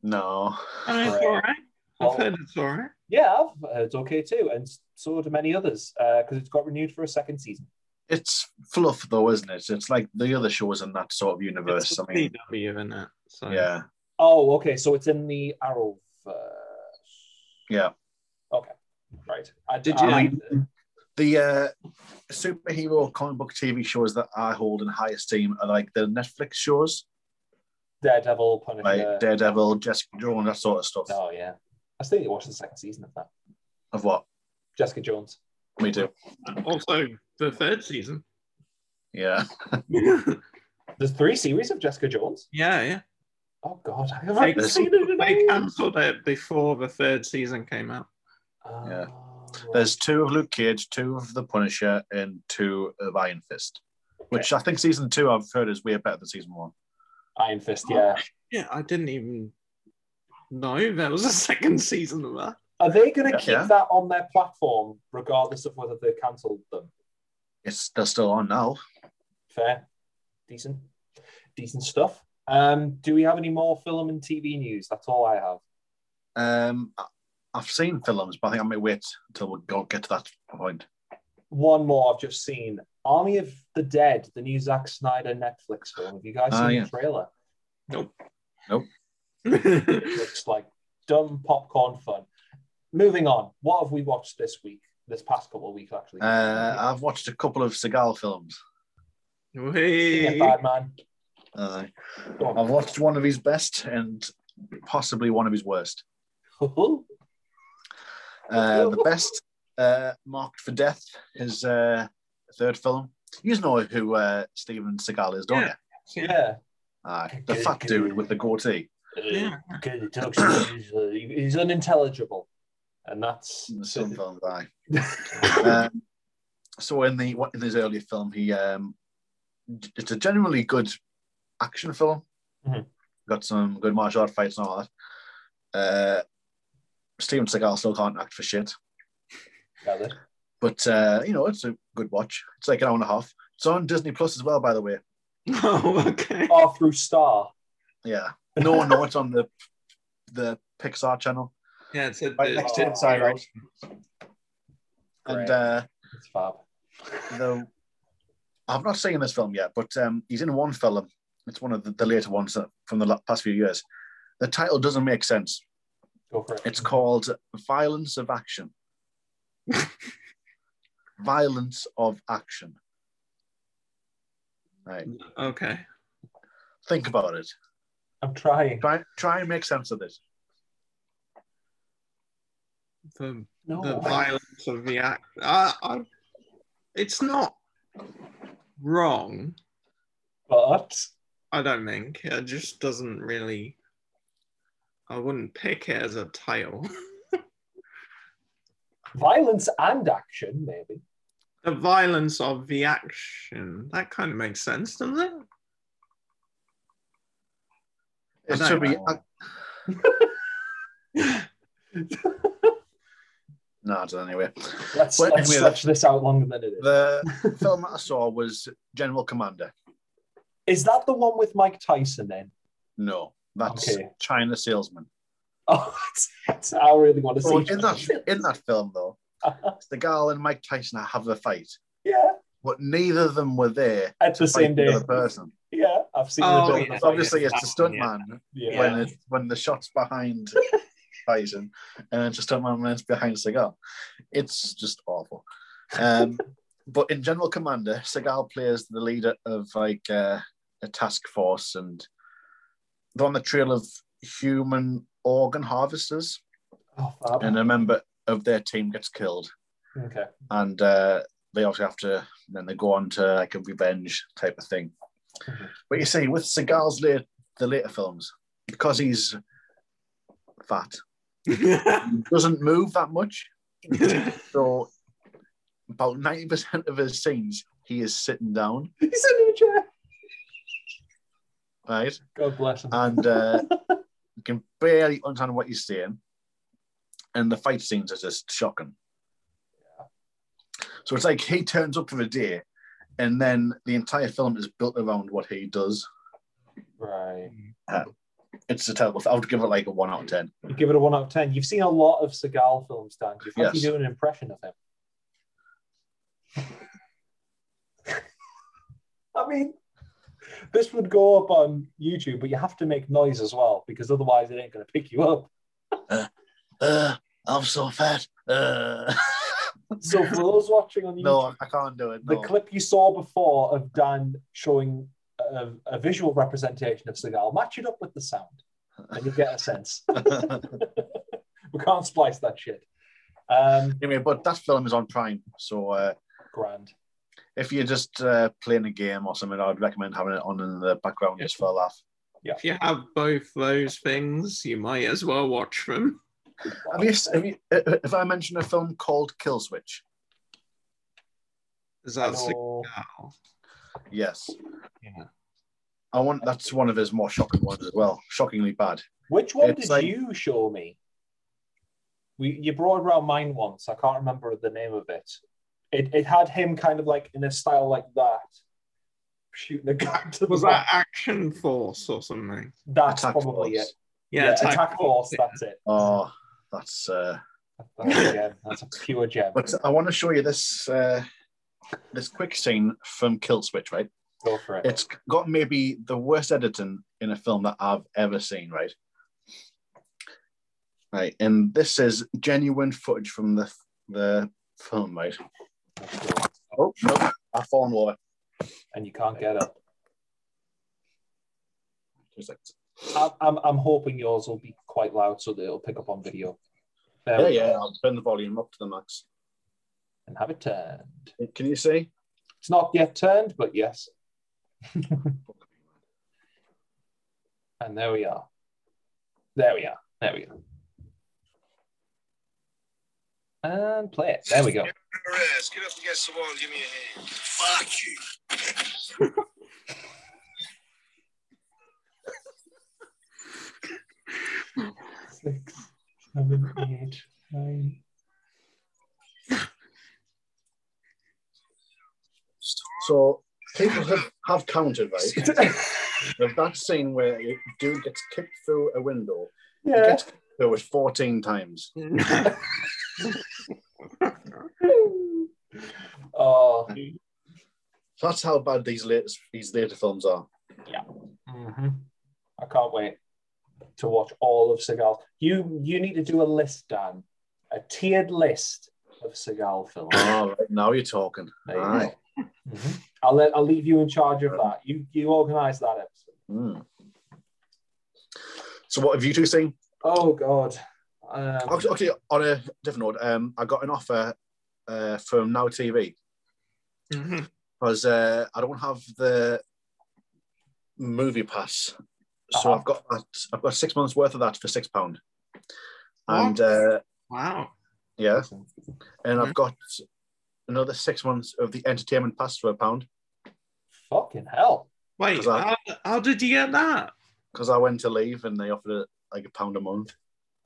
Speaker 4: No.
Speaker 3: I mean, it's
Speaker 2: Right.
Speaker 3: all right.
Speaker 2: Well-
Speaker 3: I've heard it's all right.
Speaker 2: Yeah, I've, uh, it's okay too, and so do many others, because it's got renewed for a second season.
Speaker 4: It's fluff though, isn't it? It's like the other shows in that sort of universe.
Speaker 3: It's
Speaker 4: I mean,
Speaker 3: CW, isn't it? So,
Speaker 4: yeah,
Speaker 2: Oh, okay, so it's in the Arrow. Uh,
Speaker 4: yeah.
Speaker 2: right. I,
Speaker 3: Did
Speaker 2: I-
Speaker 4: you- The uh, superhero comic book TV shows that I hold in high esteem are like the Netflix shows,
Speaker 2: Daredevil, Punisher.
Speaker 4: like Daredevil, Jessica Jones, that sort of stuff.
Speaker 2: Oh, yeah. I still need to watch the second season of that.
Speaker 4: Of what
Speaker 2: Jessica Jones.
Speaker 4: we do.
Speaker 3: Also, the third season.
Speaker 4: Yeah.
Speaker 3: yeah,
Speaker 2: There's three series of Jessica Jones.
Speaker 3: yeah.
Speaker 2: Oh, God, I haven't
Speaker 4: They-
Speaker 2: seen it in
Speaker 3: They
Speaker 2: ages.
Speaker 3: cancelled it before the third season came out.
Speaker 4: Yeah.
Speaker 2: Oh.
Speaker 4: There's two of Luke Cage, two of The Punisher, and two of Iron Fist, which I think season two I've heard is way better than season one.
Speaker 2: Iron Fist, yeah.
Speaker 3: Yeah, I didn't even know there was a second season of that.
Speaker 2: Are they going to
Speaker 4: Yeah.
Speaker 2: keep that on their platform, regardless of whether they've cancelled them?
Speaker 4: It's they're still on now.
Speaker 2: Fair, decent, decent stuff. Um, do we have any more film and TV news? That's all I have.
Speaker 4: Um, I- I've seen films, but I think I may wait until we go get to that point.
Speaker 2: One more I've just seen: Army of the Dead, the new Zack Snyder Netflix film. Have you guys
Speaker 4: Ah,
Speaker 2: seen
Speaker 4: yeah.
Speaker 2: the trailer?
Speaker 3: Nope.
Speaker 4: Nope.
Speaker 2: It looks like dumb popcorn fun. Moving on. What have we watched this week? This past couple of weeks, actually.
Speaker 4: Uh, I've watched a couple of Seagal films.
Speaker 2: yeah,
Speaker 3: Whee!
Speaker 2: bad man.
Speaker 4: Uh,
Speaker 2: Go on.
Speaker 4: I've watched one of his best and possibly one of his worst. Uh, the best, uh, Marked for Death, his uh, third film. You know who uh, Steven Seagal is, don't
Speaker 3: Yeah.
Speaker 4: you?
Speaker 2: yeah.
Speaker 4: Aye, the fat dude with the goatee.
Speaker 2: Uh,
Speaker 3: Yeah.
Speaker 2: Good. It talks he's, uh, he's unintelligible, and that's
Speaker 4: In some films, aye. um, so in the in his earlier film, he um, it's a generally good action film.
Speaker 2: Mhm.
Speaker 4: Got some good martial art fights and all that. Uh, Steven Seagal still can't act for shit,
Speaker 2: gathered.
Speaker 4: but uh, you know it's a good watch. It's like an hour and a half. It's on Disney Plus as well, by the way.
Speaker 3: oh, okay.
Speaker 2: R through Star.
Speaker 4: Yeah, no, no, it's on the the Pixar channel.
Speaker 3: Yeah, it's a,
Speaker 4: Right next to
Speaker 2: Oh,
Speaker 4: Inside Out. And
Speaker 2: Great.
Speaker 4: uh,
Speaker 2: It's fab.
Speaker 4: though I've not seen this film yet, but um, he's in one film. It's one of the, the later ones that- from the la- past few years. The title doesn't make sense.
Speaker 2: Go for it.
Speaker 4: It's called Violence of Action. Violence of Action. Right.
Speaker 3: okay.
Speaker 4: Think about it.
Speaker 2: I'm trying.
Speaker 4: Try, try and make sense of this.
Speaker 3: The,
Speaker 2: No.
Speaker 3: the violence of the act. I, I, it's not wrong,
Speaker 2: But
Speaker 3: I don't think. It just doesn't really. I wouldn't pick it as a title.
Speaker 2: violence and action, maybe.
Speaker 3: the violence of the action. That kind of makes sense, doesn't it?
Speaker 4: It
Speaker 3: I
Speaker 4: should be.
Speaker 2: know.
Speaker 4: No, I don't know, anyway.
Speaker 2: Let's,
Speaker 4: Well,
Speaker 2: let's
Speaker 4: anyway,
Speaker 2: stretch this out longer than it is.
Speaker 4: The film that I saw was General Commander.
Speaker 2: Is that the one with Mike Tyson then?
Speaker 4: No, that's
Speaker 2: Okay.
Speaker 4: China Salesman.
Speaker 2: Oh, it's, it's, I really want to see.
Speaker 4: Oh, in that in that film though, Seagal and Mike Tyson have a fight,
Speaker 2: yeah,
Speaker 4: but neither of them were there.
Speaker 2: at the
Speaker 4: to fight
Speaker 2: same day.
Speaker 4: The other person.
Speaker 2: Yeah, I've seen
Speaker 3: Oh,
Speaker 2: the
Speaker 3: yeah.
Speaker 2: film.
Speaker 4: So obviously,
Speaker 3: Oh, yeah.
Speaker 4: it's the stuntman
Speaker 2: Yeah.
Speaker 4: when it, when the shots behind Tyson, and it's just a man man's behind Seagal. It's just awful. Um, but in General Commander, Seagal plays the leader of like uh, a task force, and they're on the trail of human organ harvesters.
Speaker 2: Oh, fab.
Speaker 4: And uh, a member of their team gets killed,
Speaker 2: Okay.
Speaker 4: and uh, they also have to then they go on to like a revenge type of thing.
Speaker 2: Mhm.
Speaker 4: But you see, with Seagal's late, the later films, because he's fat, he doesn't move that much. So about ninety percent of his scenes, he is sitting down,
Speaker 2: He's in a chair.
Speaker 4: right,
Speaker 2: God bless him.
Speaker 4: and uh, you can barely understand what he's saying, and the fight scenes are just shocking. So it's like he turns up for a day, and then the entire film is built around what he does.
Speaker 2: right.
Speaker 4: It's a terrible. I would give it like a one out of ten.
Speaker 2: You give it a one out of ten. You've seen a lot of Seagal films, Dan. Do you think
Speaker 4: Yes.
Speaker 2: you do an impression of him? I mean, this would go up on YouTube, but you have to make noise as well because otherwise it ain't going to pick you up.
Speaker 4: Uh, I'm so fat. Uh.
Speaker 2: So for those watching on YouTube,
Speaker 4: no, I can't do it.
Speaker 2: the
Speaker 4: No.
Speaker 2: clip you saw before of Dan showing a, a visual representation of Seagal, match it up with the sound, and you get a sense. we can't splice that shit. Um,
Speaker 4: anyway, but that film is on Prime, so uh,
Speaker 2: grand.
Speaker 4: if you're just uh, playing a game or something, I'd recommend having it on in the background just for a laugh.
Speaker 3: if you have both those things, you might as well watch them.
Speaker 4: Have you, have you, uh, if I mention a film called Kill Switch,
Speaker 3: Is
Speaker 2: Oh.
Speaker 3: that
Speaker 2: No.
Speaker 3: Seagal?
Speaker 4: yes,
Speaker 3: Yeah.
Speaker 4: I want that's one of his more shocking ones as well. Shockingly bad.
Speaker 2: Which one
Speaker 4: It's
Speaker 2: did
Speaker 4: like-
Speaker 2: you show me? We you brought around mine once. I can't remember the name of it. It it had him kind of like in a style like that, shooting a guy to the
Speaker 3: Was
Speaker 2: back.
Speaker 3: that Action Force or something?
Speaker 2: That's
Speaker 4: Attack
Speaker 2: probably
Speaker 4: Force.
Speaker 2: it. Yeah, attack, force.
Speaker 3: yeah.
Speaker 2: That's it.
Speaker 4: Oh, that's. Uh,
Speaker 2: That's a gem. That's a pure gem.
Speaker 4: but I want to show you this uh, this quick scene from Kill Switch. Right,
Speaker 2: Go for it.
Speaker 4: it's got maybe the worst editing in a film that I've ever seen. Right. Right, and this is genuine footage from the the film, right?
Speaker 2: That's cool.
Speaker 4: Oh, no, I've fallen over.
Speaker 2: And you can't get it.
Speaker 4: Two seconds.
Speaker 2: I'm, I'm, I'm hoping yours will be quite loud so that it'll pick up on video. There
Speaker 4: Yeah,
Speaker 2: we go.
Speaker 4: yeah, I'll turn the volume up to the max.
Speaker 2: And have it turned.
Speaker 4: Can you see?
Speaker 2: It's not yet turned, but yes. and there we are. There we are. There we are. And play it. There we go.
Speaker 1: Perez, get up against the wall and give me a hand. Fuck you.
Speaker 2: Six, seven, eight, nine.
Speaker 4: So people have, have counted, right? Of that scene where a dude gets kicked through a window, he
Speaker 2: yeah.
Speaker 4: gets kicked through it 14 times.
Speaker 2: Oh.
Speaker 4: So that's how bad these latest these later films are.
Speaker 2: hmm I can't wait to watch all of Seagal. You you need to do a list, Dan, a tiered list of Seagal films.
Speaker 4: All right, now you're talking.
Speaker 2: There you go.
Speaker 4: Aye.
Speaker 2: Mhm. I'll let I'll leave you in charge of that. You you organise that episode.
Speaker 4: Mm. So what have you two seen?
Speaker 2: Oh God. Um,
Speaker 4: Actually, actually, on a different note, um, I got an offer uh, from Now TV
Speaker 3: Mhm.
Speaker 4: because uh, I don't have the movie pass, so
Speaker 2: Uh-huh.
Speaker 4: I've got that. I've got six months worth of that for six pound, and
Speaker 3: What?
Speaker 4: uh,
Speaker 3: Wow.
Speaker 4: yeah, and
Speaker 2: Mm-hmm.
Speaker 4: I've got another six months of the entertainment pass for a pound
Speaker 2: fucking hell.
Speaker 3: Wait,
Speaker 4: 'Cause I-
Speaker 3: how, how did you get that?
Speaker 4: because I went to leave and they offered it like a pound a month.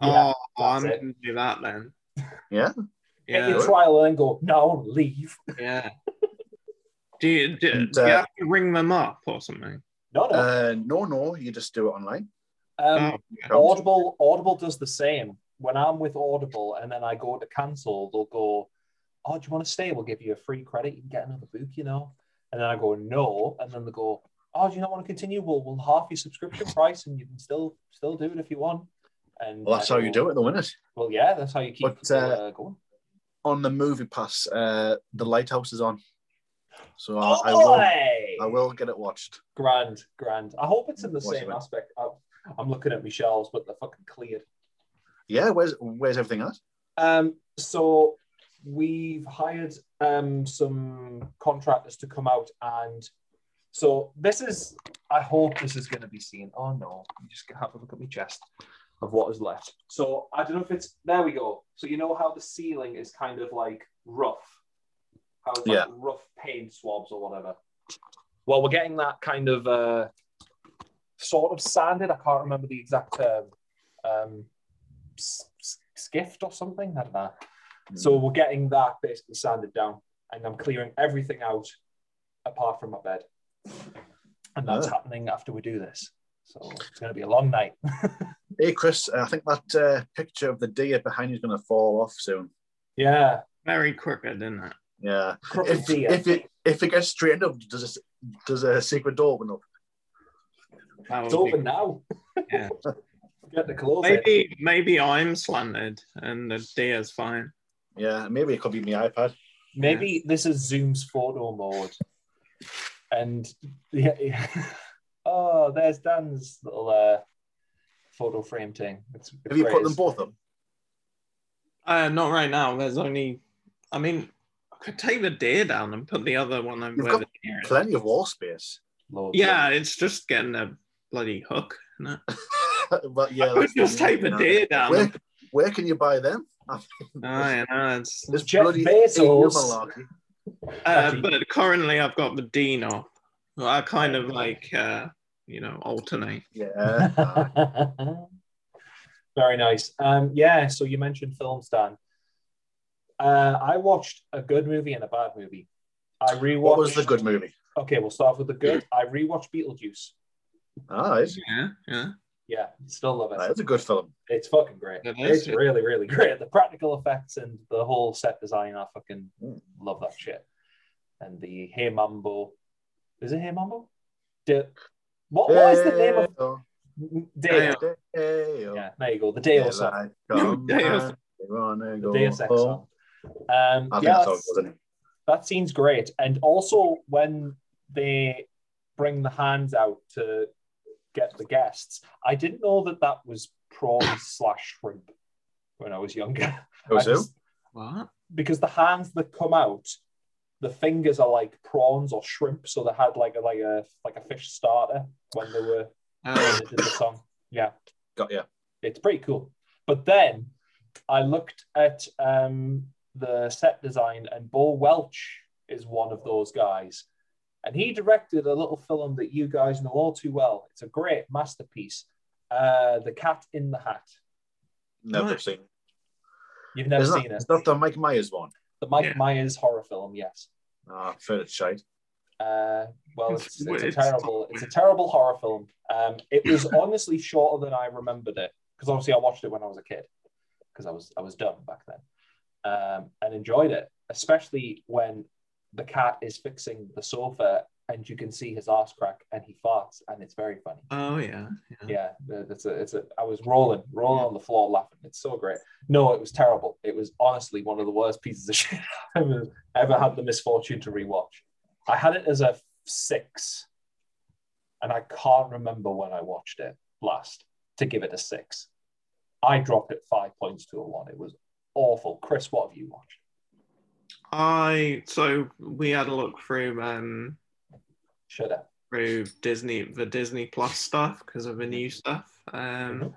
Speaker 2: Yeah,
Speaker 3: oh, I'm
Speaker 2: that's it.
Speaker 3: gonna do that then.
Speaker 4: Yeah?
Speaker 2: Get your
Speaker 3: Yeah,
Speaker 2: trial and then go. No, leave.
Speaker 3: yeah. Do you, do,
Speaker 4: And,
Speaker 3: do you
Speaker 4: uh,
Speaker 3: have to ring them up or something?
Speaker 2: No, no.
Speaker 4: Uh, no, no, you just do it online.
Speaker 2: um,
Speaker 3: oh,
Speaker 2: Audible Audible does the same. When I'm with Audible and then I go to cancel, they'll go, "Oh, do you want to stay? We'll give you a free credit. You can get another book, you know." And then I go, "No," and then they go, "Oh, do you not want to continue? We'll we'll half your subscription price, and you can still still do it if you want." And
Speaker 4: Well, that's how you do it, though, isn't it?
Speaker 2: Well, yeah, that's how you keep
Speaker 4: But,
Speaker 2: people,
Speaker 4: uh,
Speaker 2: uh, going.
Speaker 4: On the movie pass, uh, the lighthouse is on. So I,
Speaker 2: Oh,
Speaker 4: I will
Speaker 2: hey!
Speaker 4: I will get it watched.
Speaker 2: Grand, grand. I hope it's in the
Speaker 4: Watch
Speaker 2: same
Speaker 4: it.
Speaker 2: aspect. I'm, I'm looking at my shelves, but they're fucking cleared.
Speaker 4: Yeah, where's where's everything at?
Speaker 2: Um, so we've hired um, some contractors to come out and so this is I hope this is going to be seen. Oh no, you just have a look at my chest of what is left. So I don't know if it's there we go. So you know how the ceiling is kind of like rough. How it's
Speaker 4: Yeah.
Speaker 2: like rough paint swabs or whatever. Well, we're getting that kind of uh, sort of sanded. I can't remember the exact term. Um, s- s- skiffed or something. I don't know.
Speaker 4: Hmm.
Speaker 2: So we're getting that basically sanded down, and I'm clearing everything out apart from my bed, and that's
Speaker 4: Oh.
Speaker 2: happening after we do this. So it's going to be a long night.
Speaker 4: Hey Chris, I think that uh, picture of the deer behind you is going to fall off soon.
Speaker 2: Yeah,
Speaker 3: Very crooked, isn't it?
Speaker 4: Yeah.
Speaker 2: crooked
Speaker 4: If
Speaker 2: deer.
Speaker 4: if it if it gets straightened up, does it, does a secret door open up?
Speaker 3: That
Speaker 2: it's
Speaker 3: would be-
Speaker 2: open now.
Speaker 3: Yeah.
Speaker 2: Get the clothes.
Speaker 3: Maybe maybe I'm slanted and the deer's fine.
Speaker 4: Yeah, maybe it could be my iPad.
Speaker 2: Maybe this is Zoom's photo mode, and yeah, yeah. oh, there's Dan's little uh, photo frame thing. It's
Speaker 4: Have you put them
Speaker 2: crazy.
Speaker 4: both up?
Speaker 3: Uh, not right now. There's only. I mean, I could take the deer down and put the other one over.
Speaker 4: You've
Speaker 3: where
Speaker 4: got
Speaker 3: the deer is.
Speaker 4: Plenty of wall space.
Speaker 2: Loads.
Speaker 3: Yeah, it's just getting a bloody hook. No.
Speaker 4: but yeah,
Speaker 3: I could
Speaker 4: that's
Speaker 3: just
Speaker 4: the-
Speaker 3: take the deer down.
Speaker 4: Where,
Speaker 3: and-
Speaker 4: where can you buy them?
Speaker 3: I know it's.
Speaker 4: This
Speaker 2: Jeff
Speaker 4: bloody
Speaker 2: Bezos.
Speaker 4: malarkey.
Speaker 3: Uh, but currently, I've got the dean off. Well, I kind of like, uh, you know, alternate.
Speaker 4: Yeah. uh,
Speaker 2: Very nice. Um, yeah, so you mentioned films, Dan. Uh, I watched a good movie and a bad movie. I rewatched.
Speaker 4: what was the good movie?
Speaker 2: Okay, we'll start with the good. I rewatched Beetlejuice.
Speaker 4: All right.
Speaker 3: Yeah, yeah.
Speaker 2: Yeah, still love it.
Speaker 4: That's a good film.
Speaker 2: It's fucking great.
Speaker 3: It is,
Speaker 2: it's
Speaker 3: yeah.
Speaker 2: really, really great. The practical effects and the whole set design, I fucking
Speaker 4: Mm.
Speaker 2: love that shit. And the Hey Mambo, is it Hey Mambo? Da- what, what is the name of
Speaker 4: Hey-o,
Speaker 2: Deo?
Speaker 4: hey-o.
Speaker 2: Yeah, there you go. The
Speaker 4: Yeah,
Speaker 2: Deo song.
Speaker 4: like,
Speaker 3: No,
Speaker 4: come
Speaker 3: Deus.
Speaker 4: on, we're gonna
Speaker 2: the
Speaker 4: go
Speaker 2: Deus Ex
Speaker 4: home.
Speaker 2: song. Um,
Speaker 4: I
Speaker 2: yeah,
Speaker 4: think that's how it
Speaker 2: that's-
Speaker 4: was, isn't it?
Speaker 2: that scene's great. And also when they bring the hands out to get the guests, I didn't know that that was prawn slash shrimp when I was younger.
Speaker 4: Oh, It was
Speaker 2: I just-
Speaker 4: who?
Speaker 3: What?
Speaker 2: because the hands that come out, the fingers are like prawns or shrimp, so they had like a like a like a fish starter when they were when
Speaker 3: Oh,
Speaker 2: they did the song. Yeah
Speaker 4: Got yeah.
Speaker 2: it's pretty cool. But then I looked at um, the set design, and Bo Welch is one of those guys. And he directed a little film that you guys know all too well. It's a great masterpiece uh, The Cat in the Hat.
Speaker 4: Never
Speaker 3: Right.
Speaker 4: seen.
Speaker 2: You've never
Speaker 4: Isn't that-
Speaker 2: seen it.
Speaker 4: It's not the Mike Myers one.
Speaker 2: The Mike
Speaker 3: Yeah.
Speaker 2: Myers horror film, yes.
Speaker 4: Ah, I've heard it's shite.
Speaker 2: Uh, well,
Speaker 3: It's
Speaker 2: it's, it's a
Speaker 3: weird.
Speaker 2: terrible, it's a terrible horror film. Um, it was honestly shorter than I remembered it because obviously I watched it when I was a kid because I was I was dumb back then um, and enjoyed it, especially when the cat is fixing the sofa and you can see his ass crack and he farts and it's very funny.
Speaker 3: oh yeah.
Speaker 2: Yeah, the- that's a, it's a. I was rolling, rolling on the floor laughing. It's so great. No, it was terrible. It was honestly one of the worst pieces of shit I've ever, ever had the misfortune to rewatch. I had it as a six, and I can't remember when I watched it last to give it a six. I dropped it five points to a one. It was awful. Chris, what have you watched?
Speaker 3: I so we had a look through um
Speaker 2: Should I?
Speaker 3: through Disney the Disney Plus stuff because of the new stuff. Um,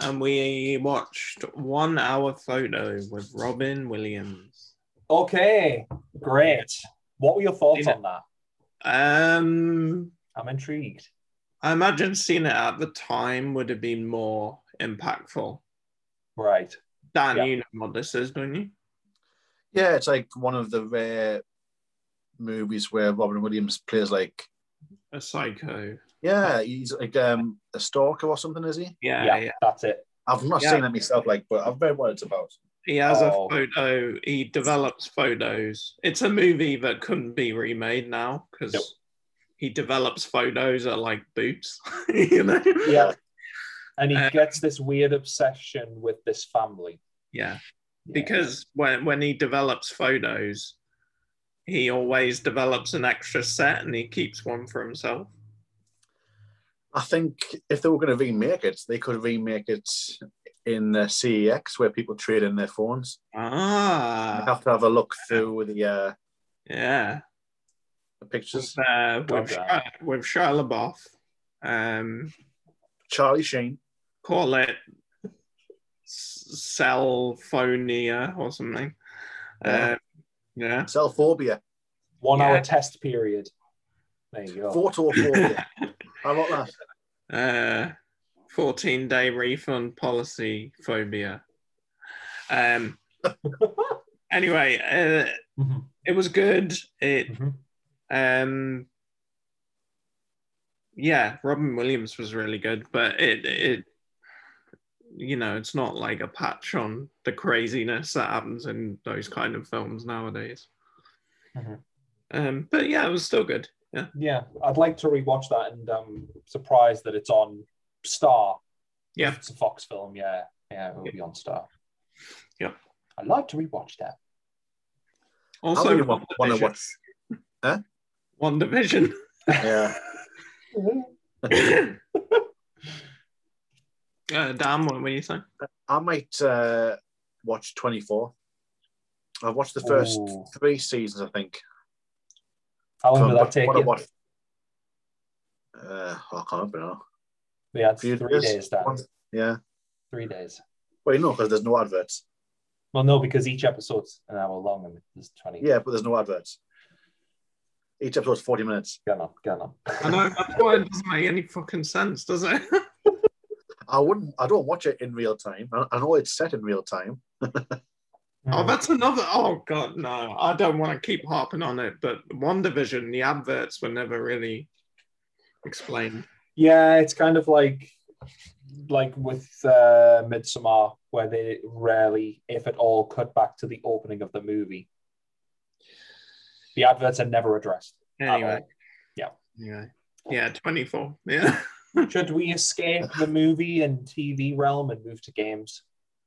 Speaker 3: and we watched one hour photo with Robin Williams.
Speaker 2: Okay, great. What were your thoughts
Speaker 3: Yeah.
Speaker 2: on that?
Speaker 3: Um,
Speaker 2: I'm intrigued.
Speaker 3: I imagine seeing it at the time would have been more impactful.
Speaker 2: Right.
Speaker 3: Dan,
Speaker 2: Yeah.
Speaker 3: you know what this is, don't you?
Speaker 4: Yeah, it's like one of the rare movies where Robin Williams plays like
Speaker 3: A psycho.
Speaker 4: yeah, he's like um, a stalker or something, is he?
Speaker 3: Yeah,
Speaker 2: yeah,
Speaker 3: yeah.
Speaker 2: that's it.
Speaker 4: I've not
Speaker 3: Yeah.
Speaker 4: seen it myself, like, but I've read what it's about.
Speaker 3: He has
Speaker 2: Oh.
Speaker 3: a photo. He develops photos. It's a movie that couldn't be remade now because
Speaker 2: Nope.
Speaker 3: he develops photos at like boobs. you know.
Speaker 2: Yeah. and he
Speaker 3: Uh,
Speaker 2: gets this weird obsession with this family.
Speaker 3: Yeah.
Speaker 2: Yeah.
Speaker 3: Because when when he develops photos, he always develops an extra set and he keeps one for himself.
Speaker 4: I think if they were going to remake it, they could remake it in the CEX where people trade in their phones. I'd
Speaker 3: Ah.
Speaker 4: have to have a look through the, uh,
Speaker 3: Yeah.
Speaker 4: the pictures.
Speaker 3: With, uh, with,
Speaker 2: Okay.
Speaker 3: Shia, with Shia LaBeouf. Um,
Speaker 4: Charlie Sheen.
Speaker 3: call it s- cellphonia or something.
Speaker 4: Yeah.
Speaker 3: Uh, yeah.
Speaker 4: Cell phobia.
Speaker 2: one hour
Speaker 3: Yeah.
Speaker 2: test period. There you go.
Speaker 4: Photophobia. I like that.
Speaker 3: uh, 14 day refund policy phobia. Um, anyway, uh,
Speaker 2: Mhm,
Speaker 3: it was good. It,
Speaker 2: mhm.
Speaker 3: um, yeah, Robin Williams was really good, but it, it, you know, it's not like a patch on the craziness that happens in those kind of films nowadays.
Speaker 2: Mhm.
Speaker 3: Um, but yeah, it was still good.
Speaker 2: Yeah, I'd like to rewatch that, and I'm surprised that it's on Star.
Speaker 3: Yeah.
Speaker 2: If it's a Fox film. Yeah, yeah, it will be on Star.
Speaker 3: Yep.
Speaker 2: I'd like to rewatch that.
Speaker 3: Also,
Speaker 4: I really want, want to watch.
Speaker 3: One Division.
Speaker 4: Yeah.
Speaker 3: uh, Dan, what were you saying?
Speaker 4: I might uh, watch 24. I've watched the first
Speaker 2: Ooh.
Speaker 4: three seasons, I think.
Speaker 2: How long did
Speaker 4: What-
Speaker 2: that take
Speaker 4: what I
Speaker 2: you?
Speaker 4: watched- Uh, I can't remember now.
Speaker 2: Yeah, it's
Speaker 4: Few
Speaker 2: three
Speaker 4: days.
Speaker 2: days, Dan.
Speaker 4: One- Yeah.
Speaker 2: Three days.
Speaker 4: Wait, no, because there's no adverts.
Speaker 2: Well, no, because each episode's an hour long and there's 20.
Speaker 4: Yeah, but there's no adverts. Each episode's 40 minutes.
Speaker 2: Go on, go
Speaker 3: I
Speaker 2: on.
Speaker 3: know that's why it doesn't make any fucking sense, does it?
Speaker 4: I wouldn't. I don't watch it in real time. I, I know it's set in real time.
Speaker 2: Hmm.
Speaker 3: oh, that's another. Oh god, no! I don't want to keep harping on it, but One Division, the adverts were never really explained.
Speaker 2: Yeah, it's kind of like like with uh, Midsommar, where they rarely, if at all, cut back to the opening of the movie. The adverts are never addressed.
Speaker 3: Anyway,
Speaker 2: Yeah.
Speaker 3: anyway, yeah, twenty-four. Yeah,
Speaker 2: Should we escape the movie and TV realm and move to games?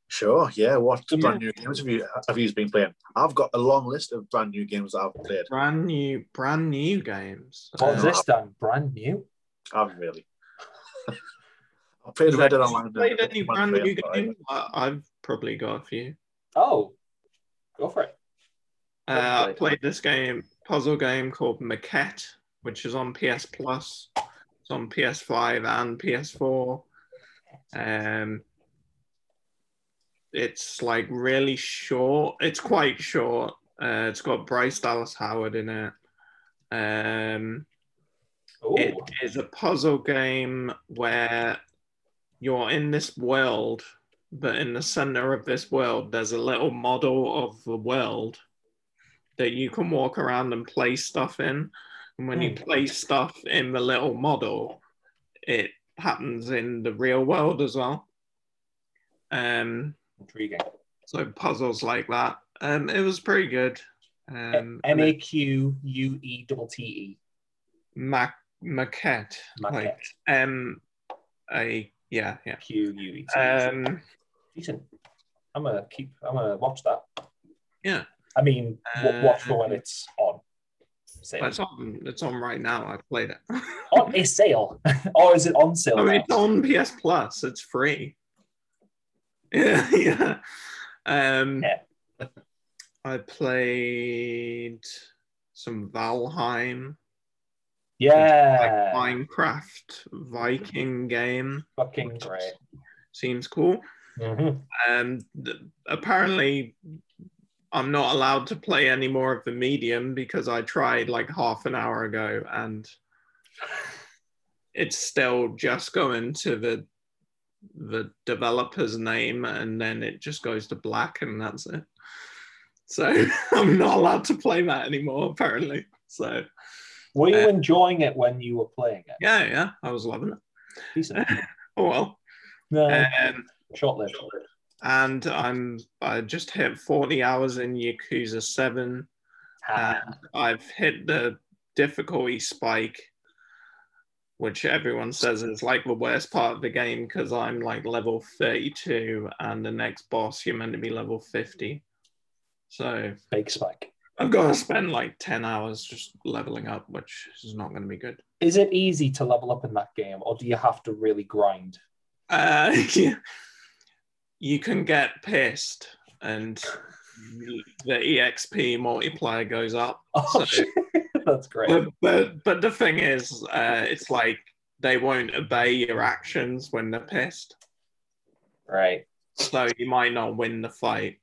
Speaker 4: Sure. Yeah. What
Speaker 2: Yeah.
Speaker 4: brand new games have you have you been playing? I've got a long list of brand new games that I've played.
Speaker 3: brand new, brand new games.
Speaker 2: What's
Speaker 4: Uh,
Speaker 2: this done? Brand new?
Speaker 4: I haven't really. I played
Speaker 3: Has
Speaker 4: Red Dead
Speaker 3: anyone
Speaker 4: Online.
Speaker 3: Played any
Speaker 4: One
Speaker 3: brand
Speaker 4: player,
Speaker 3: new
Speaker 4: but I-
Speaker 3: games? I- I've probably got a few.
Speaker 2: Oh, go for it.
Speaker 3: Uh, I played this game, puzzle game called Maquette, which is on PS Plus. It's on PS5 and PS4. Um, it's like really short. It's quite short. Uh, it's got Bryce Dallas Howard in it. Um,
Speaker 2: Oh,
Speaker 3: it is a puzzle game where you're in this world, but in the center of this world, there's a little model of the world that you can walk around and place stuff in. And when you
Speaker 2: Hmm.
Speaker 3: place stuff in the little model, it happens in the real world as well. Um,
Speaker 2: intriguing.
Speaker 3: so puzzles like that. Um, it was pretty good. Um,
Speaker 2: M A Q U E double T E.
Speaker 3: Ma- maquette. like,
Speaker 2: Maquette.
Speaker 3: um, I yeah yeah.
Speaker 2: Q U E T. E.
Speaker 3: Um,
Speaker 2: Decent. I'm gonna keep. I'm gonna watch that.
Speaker 3: Yeah. Uh,
Speaker 2: I mean, w- watch for when it's on. Sale.
Speaker 3: it's on it's on right now. I played it.
Speaker 2: on a sale, or is it on sale?
Speaker 3: I mean,
Speaker 2: now?
Speaker 3: Oh, it's on PS Plus. It's free. Yeah yeah. Um,
Speaker 2: Yeah.
Speaker 3: I played some Valheim,
Speaker 2: yeah.
Speaker 3: Minecraft Viking game.
Speaker 2: Fucking great.
Speaker 3: Seems cool.
Speaker 2: Mhm.
Speaker 3: um th- apparently i'm not allowed to play any more of the medium because i tried like half an hour ago and it's still just going to the the developer's name and then it just goes to black and that's it so i'm not allowed to play that anymore apparently so
Speaker 2: Were you
Speaker 3: Uh,
Speaker 2: enjoying it when you were playing it?
Speaker 3: yeah yeah i was loving it
Speaker 2: Decent.
Speaker 3: oh well
Speaker 2: No,
Speaker 3: um,
Speaker 2: short lived.
Speaker 3: and i'm i just hit 40 hours in yakuza 7
Speaker 2: Ah,
Speaker 3: Uh, I've hit the difficulty spike which everyone says is like the worst part of the game because I'm like level 32 and the next boss you're meant to be level 50. So
Speaker 2: Big spike.
Speaker 3: I've got to spend like 10 hours just leveling up, which is not going to be good.
Speaker 2: Is it easy to level up in that game, or do you have to really grind?
Speaker 3: Uh, you can get pissed and the EXP multiplier goes up.
Speaker 2: Oh,
Speaker 3: So-
Speaker 2: that's great.
Speaker 3: But, but, but the thing is, uh, it's like they won't obey your actions when they're pissed.
Speaker 2: Right.
Speaker 3: So you might not win the fight,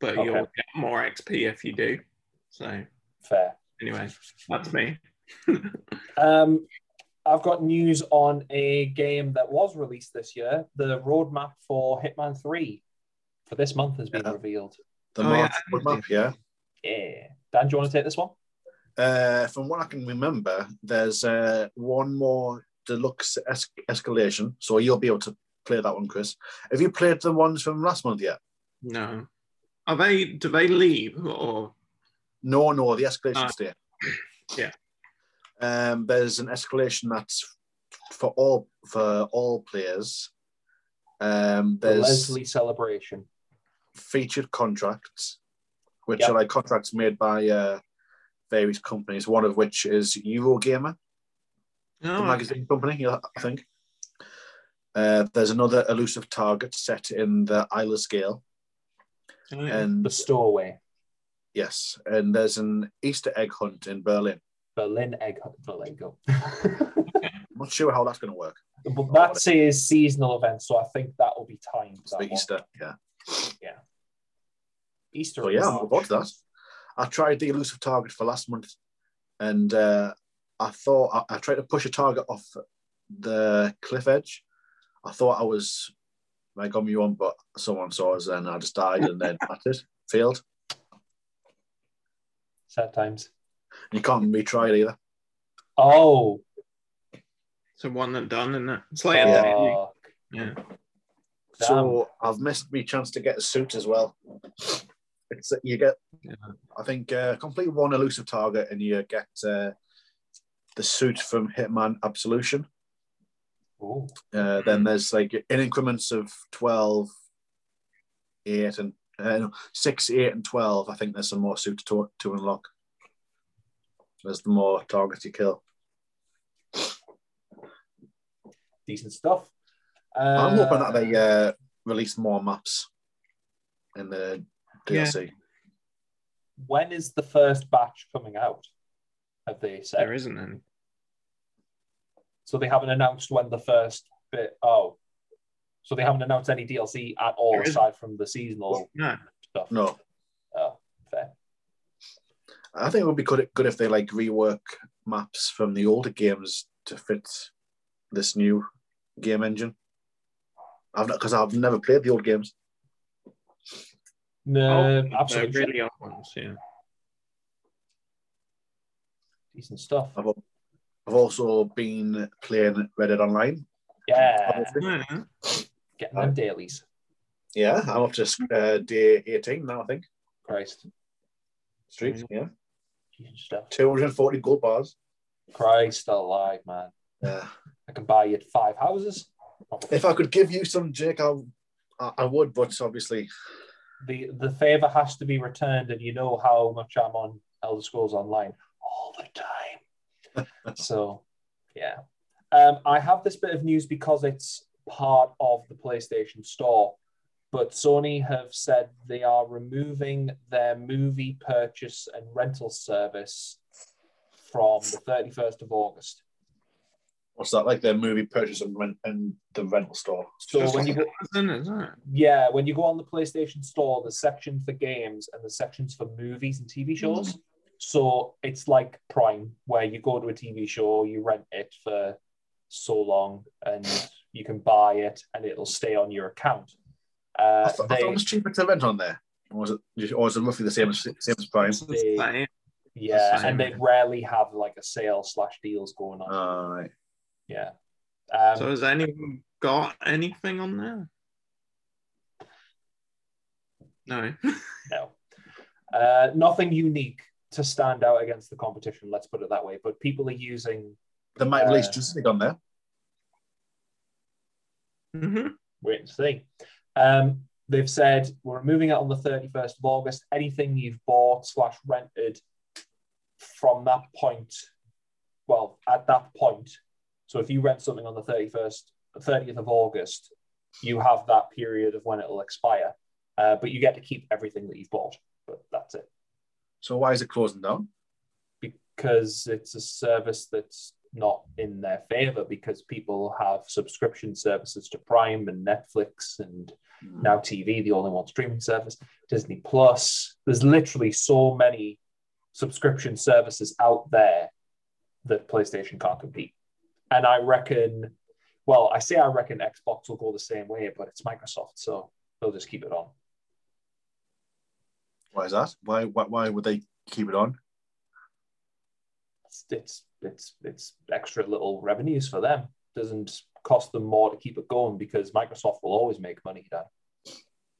Speaker 3: but
Speaker 2: Okay.
Speaker 3: you'll get more XP if you do. So
Speaker 2: Fair.
Speaker 3: anyway, that's me.
Speaker 2: Um, I've got news on a game that was released this year. The roadmap for Hitman 3 for this month has been
Speaker 4: Yeah.
Speaker 2: revealed.
Speaker 4: The
Speaker 3: Oh,
Speaker 4: March
Speaker 3: yeah.
Speaker 4: roadmap, yeah.
Speaker 2: Yeah. Dan, do you want to take this one?
Speaker 4: Uh, from what I can remember, there's uh, one more deluxe es- escalation, so you'll be able to play that one, Chris. Have you played the ones from last month yet?
Speaker 3: No, are they? Do they leave or?
Speaker 4: No, no, the escalation
Speaker 3: Ah.
Speaker 4: stay.
Speaker 3: Yeah.
Speaker 4: Um, there's an escalation that's for all for all players. Um,
Speaker 2: The
Speaker 4: there's
Speaker 2: Leslie celebration.
Speaker 4: featured contracts, which
Speaker 2: Yep.
Speaker 4: are like contracts made by uh, various companies. One of which is Eurogamer.
Speaker 3: No,
Speaker 4: the
Speaker 3: Ah.
Speaker 4: magazine company, yeah, I think. Uh, there's another elusive target set in the Isla scale, and
Speaker 3: Mm.
Speaker 2: The stowaway.
Speaker 4: yes, and there's an Easter egg hunt in Berlin.
Speaker 2: Berlin egg hunt. Berlin go.
Speaker 4: I'm not sure how that's going to work.
Speaker 2: but that says seasonal event, so I think that will be timed.
Speaker 4: It's
Speaker 2: That
Speaker 4: the
Speaker 2: one.
Speaker 4: Easter, yeah.
Speaker 2: Easter.
Speaker 4: So
Speaker 2: in
Speaker 4: yeah, I'm
Speaker 2: March.
Speaker 4: looking forward to that. I tried the elusive target for last month, and uh, I thought I, I tried to push a target off the cliff edge. I thought I was like on my own, but someone saw us, and I just died, and then that's it, failed.
Speaker 2: Sad times.
Speaker 4: And you can't retry it either.
Speaker 2: Oh,
Speaker 3: so one and done, and it? it's like
Speaker 4: Oh, Yeah.
Speaker 2: fuck.
Speaker 3: yeah.
Speaker 4: So I've missed my chance to get a suit as well. It's you get,
Speaker 3: Yeah.
Speaker 4: I think, uh, complete one elusive target, and you get uh, the suit from Hitman Absolution.
Speaker 2: Ooh.
Speaker 4: Uh, Then there's like in increments of 12, 8, and uh, no, 6, 8, and 12. I think there's some more suits to, to unlock. There's the more targets you kill.
Speaker 2: decent stuff. Uh,
Speaker 4: I'm hoping that they uh, release more maps in the
Speaker 3: Yeah.
Speaker 4: DLC.
Speaker 2: when is the first batch coming out? Have they said?
Speaker 3: There isn't any.
Speaker 2: So they haven't announced when the first bit. Oh, so they haven't announced any DLC at all
Speaker 3: There isn't.
Speaker 2: aside from the seasonal
Speaker 3: No,
Speaker 2: stuff.
Speaker 4: No,
Speaker 2: Oh, fair.
Speaker 4: I think it would be good, good if they like rework maps from the older games to fit this new game engine. I've not because I've never played the old games.
Speaker 2: No,
Speaker 3: Oh,
Speaker 2: Uh, absolutely
Speaker 3: they're really odd ones. Yeah.
Speaker 2: decent stuff.
Speaker 3: Oh,
Speaker 4: I've, al- I've also been playing Red Dead Online.
Speaker 2: Yeah,
Speaker 4: obviously.
Speaker 3: Yeah.
Speaker 2: getting them dailies.
Speaker 4: Yeah, I'm up to uh, day 18 now. I think
Speaker 2: Christ,
Speaker 4: street.
Speaker 2: Mm-hmm.
Speaker 4: Yeah,
Speaker 2: decent stuff.
Speaker 4: 240 gold bars.
Speaker 2: Christ alive, man!
Speaker 4: Yeah.
Speaker 2: I can buy you five houses.
Speaker 4: If I could give you some, Jake, I, I, I would, but obviously,
Speaker 2: the the favor has to be returned, and you know how much I'm on Elder Scrolls Online all the time. so, yeah, um, I have this bit of news because it's part of the PlayStation Store, but Sony have said they are removing their movie purchase and rental service from the 31st of August.
Speaker 4: what's that like? Their movie purchase and rent and the rental store.
Speaker 2: So
Speaker 3: Just
Speaker 2: when
Speaker 3: like
Speaker 2: you go,
Speaker 3: Amazon, isn't it?
Speaker 2: yeah, when you go on the PlayStation Store, the sections for games and the sections for movies and
Speaker 4: Mm.
Speaker 2: TV shows. So it's like Prime, where you go to a TV show, you rent it for so long, and you can buy it, and it'll stay on your account.
Speaker 4: I,
Speaker 2: Uh,
Speaker 4: thought, I thought it
Speaker 2: they,
Speaker 4: was cheaper to rent on there. Or was it, or is it roughly the same as, same as Prime?
Speaker 3: It's the same.
Speaker 2: yeah, and they
Speaker 3: Same.
Speaker 2: rarely have like a sale slash deals going on.
Speaker 4: All right.
Speaker 2: yeah. Um,
Speaker 3: So has anyone got anything on there? No.
Speaker 2: No. Uh, nothing unique to stand out against the competition, let's put it that way. But people are using
Speaker 4: They might release
Speaker 2: Uh,
Speaker 4: Justice League on there.
Speaker 3: hmm
Speaker 2: wait and see. Um, they've said we're removing it on the 31st of August. Anything you've bought slash rented from that point, well, at that point, so if you rent something on the 31st, 30th of August, you have that period of when it'll expire. Uh, but you get to keep everything that you've bought. But that's it.
Speaker 4: So why is it closing down?
Speaker 2: Because it's a service that's not in their favor because people have subscription services to Prime and Netflix and Now TV, the all-in-one streaming service, Disney Plus. There's literally so many subscription services out there that PlayStation can't compete. And I reckon, well, I say I reckon Xbox will go the same way, but it's Microsoft, so they'll just keep it on.
Speaker 4: Why is that? Why, why why would they keep it on?
Speaker 2: It's it's it's, it's extra little revenues for them. Doesn't cost them more to keep it going because Microsoft will always make money. Dan.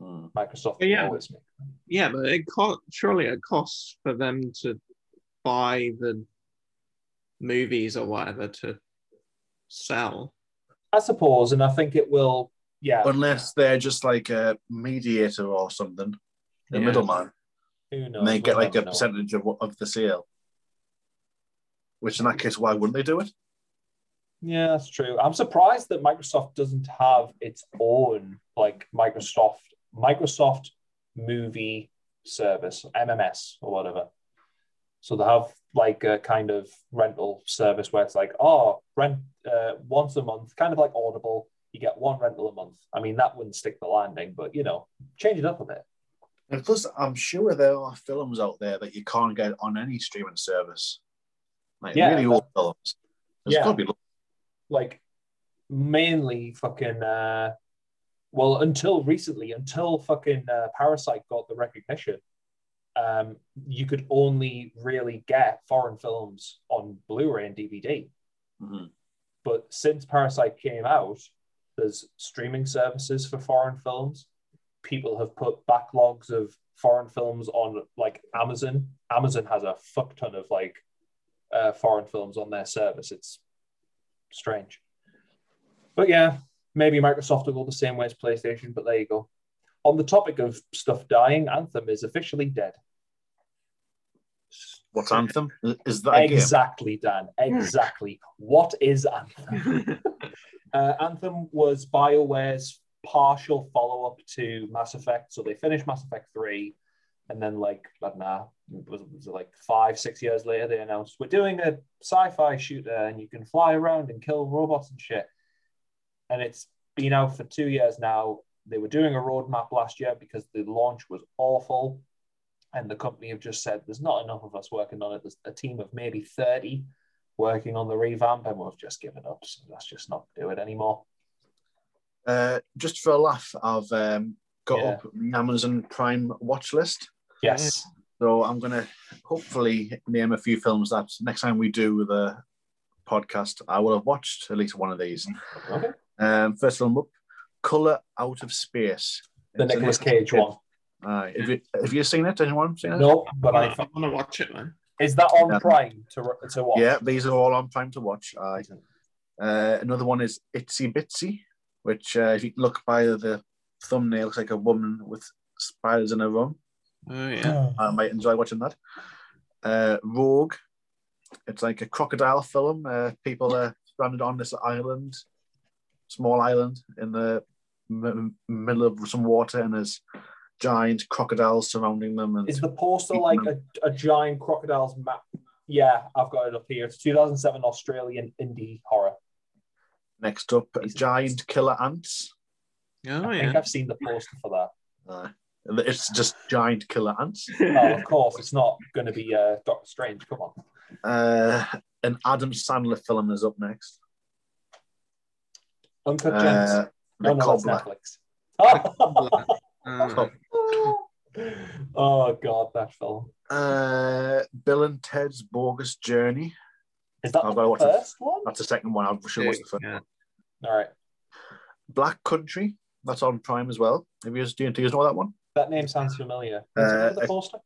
Speaker 4: Hmm.
Speaker 2: Microsoft will
Speaker 3: Yeah.
Speaker 2: always make money.
Speaker 3: Yeah, but it co- surely it costs for them to buy the movies or whatever to sell.
Speaker 2: I suppose, and I think it will. Yeah,
Speaker 4: Unless they're just like a mediator or something, a
Speaker 3: Yeah.
Speaker 4: middleman,
Speaker 2: who knows?
Speaker 4: and they get
Speaker 2: We'll
Speaker 4: like a
Speaker 2: never know.
Speaker 4: percentage of what- of the sale. Which in that case, why wouldn't they do it?
Speaker 2: Yeah, that's true. I'm surprised that Microsoft doesn't have its own like Microsoft Microsoft Movie Service (MMS) or whatever. So they have like a kind of rental service where it's like, oh, rent uh, once a month, kind of like Audible. You get one rental a month. I mean, that wouldn't stick the landing, but you know, change it up a bit.
Speaker 4: And plus, I'm sure there are films out there that you can't get on any streaming service. Like
Speaker 2: Yeah.
Speaker 4: really old films. There's
Speaker 2: Yeah.
Speaker 4: got to be
Speaker 2: like mainly fucking uh well until recently until fucking uh, parasite got the recognition um you could only really get foreign films on blu-ray and dvd
Speaker 4: Mhm.
Speaker 2: but since parasite came out there's streaming services for foreign films people have put backlogs of foreign films on like amazon amazon has a fuck ton of like uh, foreign films on their service it's strange. But yeah, maybe Microsoft will go the same way as PlayStation, but there you go. On the topic of stuff dying, Anthem is officially dead.
Speaker 4: What's Anthem? Is that a game?
Speaker 2: exactly, Dan. Exactly. what is Anthem? Uh, Anthem was BioWare's partial follow up to Mass Effect. So they finished Mass Effect 3. And then, like, I don't know, was, was it like five, six years later, they announced we're doing a sci fi shooter and you can fly around and kill robots and shit. And it's been out for two years now. They were doing a roadmap last year because the launch was awful. And the company have just said, there's not enough of us working on it. There's a team of maybe 30 working on the revamp, and we've just given up. So let's just not do it anymore.
Speaker 4: Uh, just for a laugh, I've um, got
Speaker 2: Yeah.
Speaker 4: up my Amazon Prime watch list.
Speaker 2: Yes.
Speaker 4: So I'm going to hopefully name a few films that next time we do the podcast, I will have watched at least one of these.
Speaker 2: Okay.
Speaker 4: Um, first film up, Colour Out of Space.
Speaker 2: The
Speaker 4: It's a
Speaker 2: Nicolas Cage one.
Speaker 4: Aye. have, you, have you seen it? Anyone seen it?
Speaker 2: No, but
Speaker 3: I
Speaker 2: I.
Speaker 3: want to watch it, man.
Speaker 2: Is that on
Speaker 4: Yeah.
Speaker 2: Prime to to watch?
Speaker 4: Yeah, these are all on Prime to watch. Aye. Uh, another one is Itsy Bitsy, which uh, if you look by the thumbnail, looks like a woman with spiders in her room.
Speaker 3: Oh yeah.
Speaker 2: Yeah.
Speaker 4: I might enjoy watching that. Uh, Rogue. It's like a crocodile film. Uh, people are stranded on this island, small island in the m- m- middle of some water, and there's giant crocodiles surrounding them. And
Speaker 2: Is the poster like a, a giant crocodile's map? Yeah, I've got it up here. It's 2007 Australian indie horror.
Speaker 4: next up, giant killer ants.
Speaker 3: Oh
Speaker 2: I
Speaker 3: yeah.
Speaker 2: think I've seen the poster for that.
Speaker 4: Uh, it's just giant killer ants.
Speaker 2: Oh, of course, it's not going to be uh, Doctor Strange. Come on.
Speaker 4: Uh, an Adam Sandler film is up next.
Speaker 2: Uncut Gems.
Speaker 4: Uh,
Speaker 2: oh,
Speaker 4: the
Speaker 2: no, that's
Speaker 4: Cobbler.
Speaker 2: Netflix. Oh.
Speaker 3: Uh,
Speaker 2: oh, God, that film.
Speaker 4: Uh, Bill and Ted's Bogus Journey.
Speaker 2: Is that
Speaker 4: I've
Speaker 2: the
Speaker 4: gotta watch it.
Speaker 2: first one?
Speaker 4: That's the second one. I should watch the first.
Speaker 3: yeah.
Speaker 2: All right.
Speaker 4: Black Country. That's on Prime as well. Have you guys, do you do you guys know that one?
Speaker 2: That name sounds familiar. Is
Speaker 4: Uh,
Speaker 2: it the poster?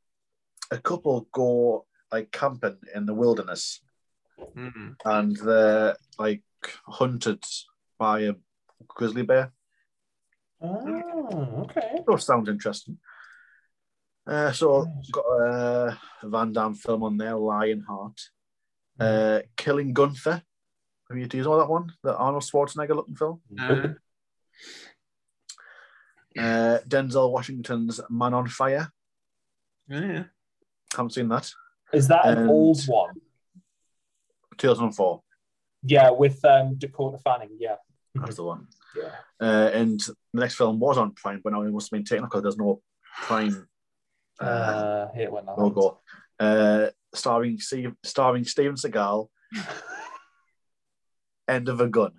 Speaker 4: A couple go like camping in the wilderness,
Speaker 3: Mm.
Speaker 4: and they're like hunted by a grizzly bear.
Speaker 2: Oh, okay.
Speaker 4: Does sound interesting. Uh, so
Speaker 2: Nice.
Speaker 4: got uh, a Van Damme film on there, Lionheart, uh, Killing Gunther. Have you do you know that one? The Arnold Schwarzenegger looking film.
Speaker 3: Uh,
Speaker 4: Uh, Denzel Washington's Man on Fire.
Speaker 3: Oh, yeah.
Speaker 4: Haven't seen that.
Speaker 2: Is that an
Speaker 4: and-
Speaker 2: old one?
Speaker 4: 2004.
Speaker 2: Yeah, with um, Dakota Fanning. Yeah.
Speaker 4: That's the one.
Speaker 2: Yeah.
Speaker 4: Uh, and the next film was on Prime, but now it must have been taken because there's no Prime
Speaker 2: Uh,
Speaker 4: uh,
Speaker 2: hate when that
Speaker 4: logo. Uh, starring Steve, starring Steven Seagal. End of a gun.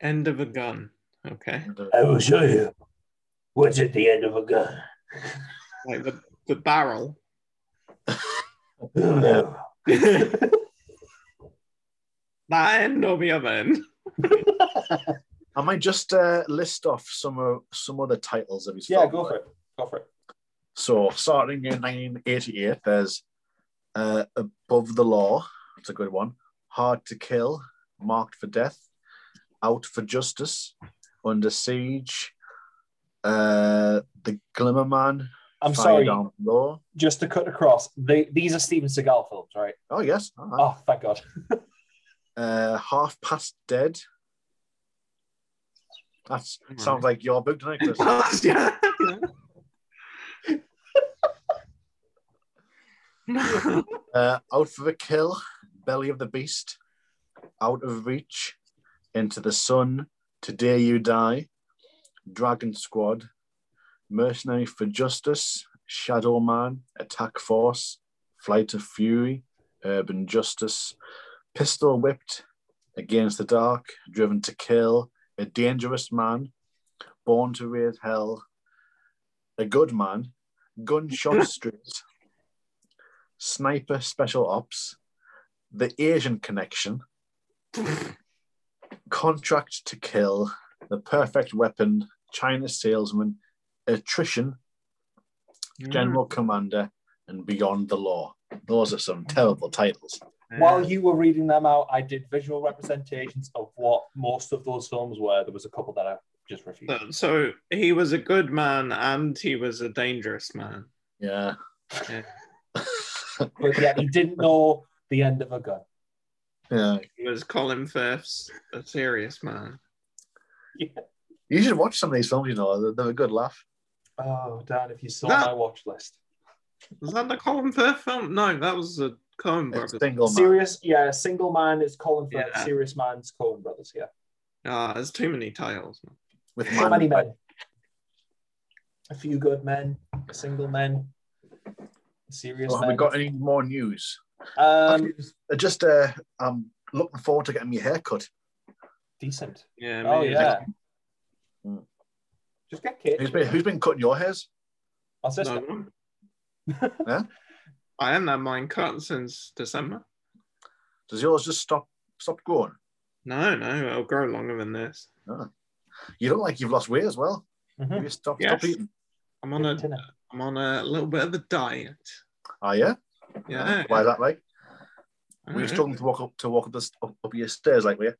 Speaker 3: End of a gun. Okay.
Speaker 4: End of-
Speaker 2: will show you what's at the end of a gun.
Speaker 3: Like the, the barrel.
Speaker 2: No.
Speaker 3: That end or the other end?
Speaker 4: I might just uh, list off some of some other titles of his
Speaker 2: Yeah,
Speaker 4: film.
Speaker 2: go for it. Go for it.
Speaker 4: So starting in 1988, there's uh, Above the Law. It's a good one. Hard to Kill, Marked for Death, Out for Justice, Under Siege, uh, The Glimmer Man,
Speaker 2: I'm
Speaker 4: Fire
Speaker 2: sorry,
Speaker 4: Down Low.
Speaker 2: just to cut across. They, these are Steven Seagal films, right?
Speaker 4: Oh yes, all right.
Speaker 2: Oh, thank God.
Speaker 4: uh, Half Past Dead. That
Speaker 3: Right.
Speaker 4: sounds like your book, doesn't it, Chris?
Speaker 3: yeah.
Speaker 4: Uh, out for the kill, belly of the beast, out of reach, into the sun, today you die, dragon squad, mercenary for justice, shadow man, attack force, flight of fury, urban justice, pistol whipped, against the dark, driven to kill, a dangerous man, born to raise hell, a good man, gunshot street. Sniper Special Ops, The Asian Connection, Contract to Kill, The Perfect Weapon, China Salesman, Attrition,
Speaker 3: Hmm.
Speaker 4: General Commander, and Beyond the Law. Those are some terrible titles.
Speaker 3: Yeah.
Speaker 2: While you were reading them out, I did visual representations of what most of those films were. There was a couple that I just refused.
Speaker 4: Oh.
Speaker 3: So- So he was a good man and he was a dangerous man.
Speaker 4: Yeah.
Speaker 3: Yeah.
Speaker 2: But yeah, he didn't know the end of a gun.
Speaker 4: yeah.
Speaker 3: He was Colin Firth's a serious man.
Speaker 4: You should watch some of these films, you know, they're, they're a good laugh.
Speaker 2: Oh, Dan, if you saw
Speaker 3: That-
Speaker 2: my watch list.
Speaker 3: Was that the Colin Firth film? No, that was the Coen
Speaker 4: A
Speaker 3: Brothers.
Speaker 4: single man.
Speaker 2: Serious, yeah, Single Man is Colin Firth,
Speaker 3: Yeah.
Speaker 2: Serious Man's Coen Brothers, yeah.
Speaker 3: Ah, there's too many titles.
Speaker 4: With
Speaker 2: So
Speaker 4: man-
Speaker 2: many men. A few good men, a single men, a serious
Speaker 4: So have we
Speaker 2: men.
Speaker 4: got any more news?
Speaker 2: um,
Speaker 4: Actually, just, uh, I'm looking forward to getting my hair cut.
Speaker 2: decent.
Speaker 3: Yeah.
Speaker 2: oh,
Speaker 3: me-
Speaker 2: yeah.
Speaker 4: Hmm.
Speaker 2: Just get Kate.
Speaker 4: Who's been, who's been cutting your hairs?
Speaker 2: Our sister.
Speaker 3: No. I haven't had mine cut since December.
Speaker 4: Does yours just stop stop growing?
Speaker 3: No, no, it'll grow longer than this.
Speaker 4: You look like you've lost weight as well.
Speaker 2: Mhm.
Speaker 4: You stop,
Speaker 3: Yes.
Speaker 4: stop eating.
Speaker 3: I'm on a
Speaker 2: Dinner.
Speaker 3: I'm on a little bit of a diet.
Speaker 4: Are you?
Speaker 3: Yeah.
Speaker 4: Why is that like?
Speaker 3: I
Speaker 4: Were you
Speaker 3: know.
Speaker 4: struggling to walk up to walk up, the, up, up your stairs like we?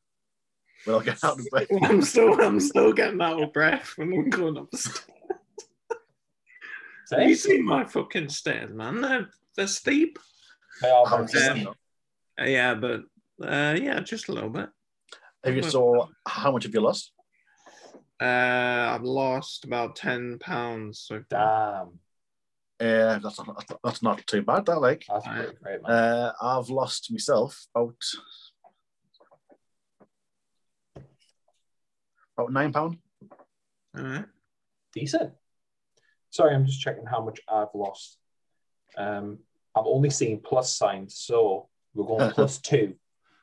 Speaker 4: Well, I'll get out of bed.
Speaker 3: I'm still I'm still getting out of breath when I'm going up the stairs. Have you
Speaker 2: Say,
Speaker 3: seen my fucking stairs, man? They're, they're steep.
Speaker 2: they are
Speaker 4: Oh,
Speaker 2: very
Speaker 3: yeah.
Speaker 2: good.
Speaker 4: damn.
Speaker 3: Uh, yeah, but uh, yeah, just a little bit.
Speaker 4: Have you saw how much have you lost?
Speaker 3: Uh, I've lost about ten pounds. So far.
Speaker 2: Damn.
Speaker 4: Uh, that's not that's not too bad. That like
Speaker 2: That's pretty great, man.
Speaker 4: uh, I've lost myself about about nine pound.
Speaker 3: Alright.
Speaker 2: decent. Sorry, I'm just checking how much I've lost. Um, I'm only seeing plus signs, so we're going plus two,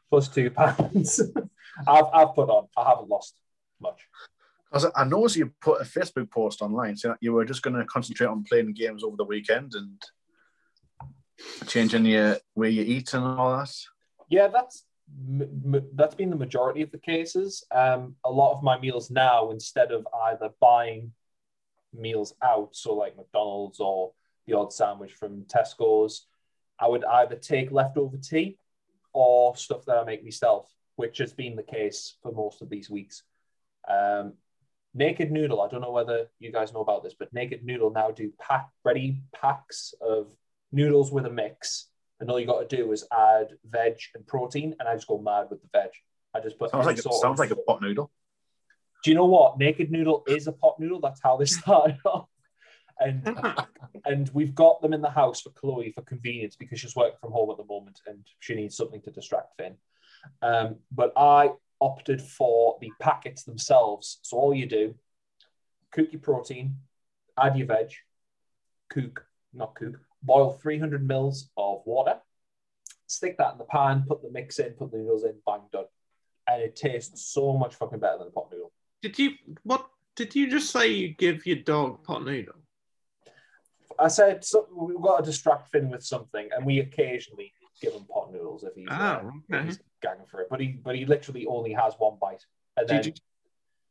Speaker 2: plus two pounds. I've, I've put on. I haven't lost much.
Speaker 4: Because I noticed you put a Facebook post online saying that you were just going to concentrate on playing games over the weekend and changing your where you eat and all that.
Speaker 2: Yeah, that's m- m- that's been the majority of the cases. Um, a lot of my meals now, instead of either buying meals out, so like McDonald's or the odd sandwich from Tesco's, I would either take leftover tea or stuff that I make myself, which has been the case for most of these weeks. Um, Naked Noodle, I don't know whether you guys know about this, but Naked Noodle now do pack, ready packs of noodles with a mix. And all you got to do is add veg and protein, and I just go mad with the veg. I just put
Speaker 4: Sounds
Speaker 2: any
Speaker 4: like
Speaker 2: sort of-
Speaker 4: sounds like a pot noodle.
Speaker 2: do you know what? Naked Noodle is a pot noodle. That's how they started off. And and we've got them in the house for Chloe for convenience because she's working from home at the moment and she needs something to distract Finn. Um, but I opted for the packets themselves. So all you do, cook your protein, add your veg, cook, not cook, boil 300 mils of water, stick that in the pan, put the mix in, put the noodles in, bang, done. And it tastes so much fucking better than a pot noodle.
Speaker 3: Did you what? Did you just say you give your dog pot noodle?
Speaker 2: I said so, we've got to distract Finn with something, and we occasionally give him pot noodles if he's, uh,
Speaker 3: Oh, okay.
Speaker 2: he's gagging for it. But he but he literally only has one bite, and
Speaker 3: Did
Speaker 2: then
Speaker 3: you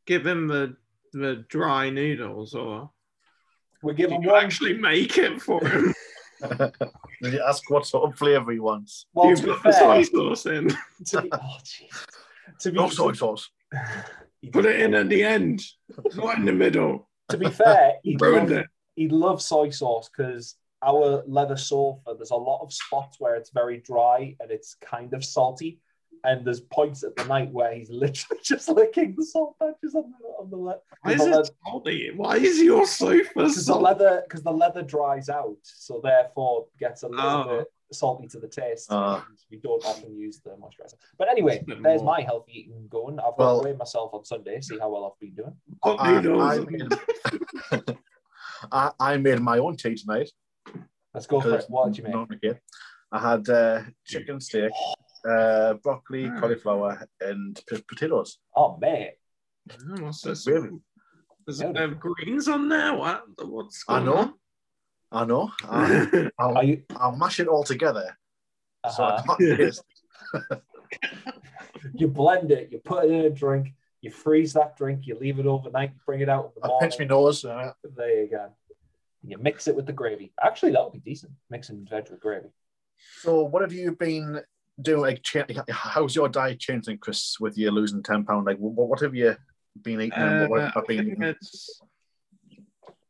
Speaker 3: give him the the dry noodles, or
Speaker 2: we give
Speaker 3: did
Speaker 2: him
Speaker 3: you
Speaker 2: one.
Speaker 3: actually make it for him?
Speaker 4: Did you ask what sort of flavour he wants?
Speaker 2: well,
Speaker 3: you
Speaker 2: to be
Speaker 3: put the
Speaker 2: fair,
Speaker 3: soy sauce in.
Speaker 2: to be, oh, jeez. to be,
Speaker 4: No soy sauce.
Speaker 2: he
Speaker 3: Oh, Put
Speaker 2: did.
Speaker 3: it in at the end, not in the middle.
Speaker 2: To be fair, he
Speaker 3: Ruined
Speaker 2: loved,
Speaker 3: it.
Speaker 2: he loves soy sauce because our leather sofa, there's a lot of spots where it's very dry and it's kind of salty. And there's points at the night where he's literally just licking the salt patches on the, on the, le-
Speaker 3: Why is
Speaker 2: the leather.
Speaker 3: it salty? Why is your sofa
Speaker 2: because the
Speaker 3: salty?
Speaker 2: leather because the leather dries out, so therefore gets a little
Speaker 3: Oh.
Speaker 2: bit salty to the taste.
Speaker 4: Ah.
Speaker 2: and we don't often use the moisturizer. But anyway,
Speaker 3: It's a bit
Speaker 2: there's
Speaker 3: more.
Speaker 2: my healthy eating going. I've
Speaker 4: Well-
Speaker 2: weighed myself on Sunday, see how well I've been doing.
Speaker 3: Pot
Speaker 4: I,
Speaker 3: noodles.
Speaker 4: I made- I, I made my own tea tonight.
Speaker 2: Let's go for it. What did you make?
Speaker 4: Not here. I had uh, chicken steak, uh, broccoli,
Speaker 2: Mm.
Speaker 3: Hmm.
Speaker 4: cauliflower, and p- potatoes.
Speaker 2: Oh mate,
Speaker 3: Oh, What's this?
Speaker 4: Really?
Speaker 3: There's a bit of greens on there. What, what's
Speaker 4: I
Speaker 3: going
Speaker 4: know. I know. I,
Speaker 3: on?
Speaker 2: are
Speaker 4: I'll,
Speaker 2: you?
Speaker 4: I'll mash it all together. So I
Speaker 2: uh-huh.
Speaker 4: can't taste.
Speaker 2: You blend it. You put it in a drink. You freeze that drink. You leave it overnight. You bring it out in the
Speaker 4: I
Speaker 2: morning.
Speaker 4: pinch my nose. Uh,
Speaker 2: There you go. You mix it with the gravy. Actually, that would be decent. Mixing veg with gravy.
Speaker 4: so, what have you been doing? Like, cha- how's your diet changing, Chris? With you losing ten pound, like, what, what have you been eating? and what
Speaker 3: Uh,
Speaker 4: have
Speaker 3: I
Speaker 4: I been
Speaker 3: think
Speaker 4: eating?
Speaker 3: it's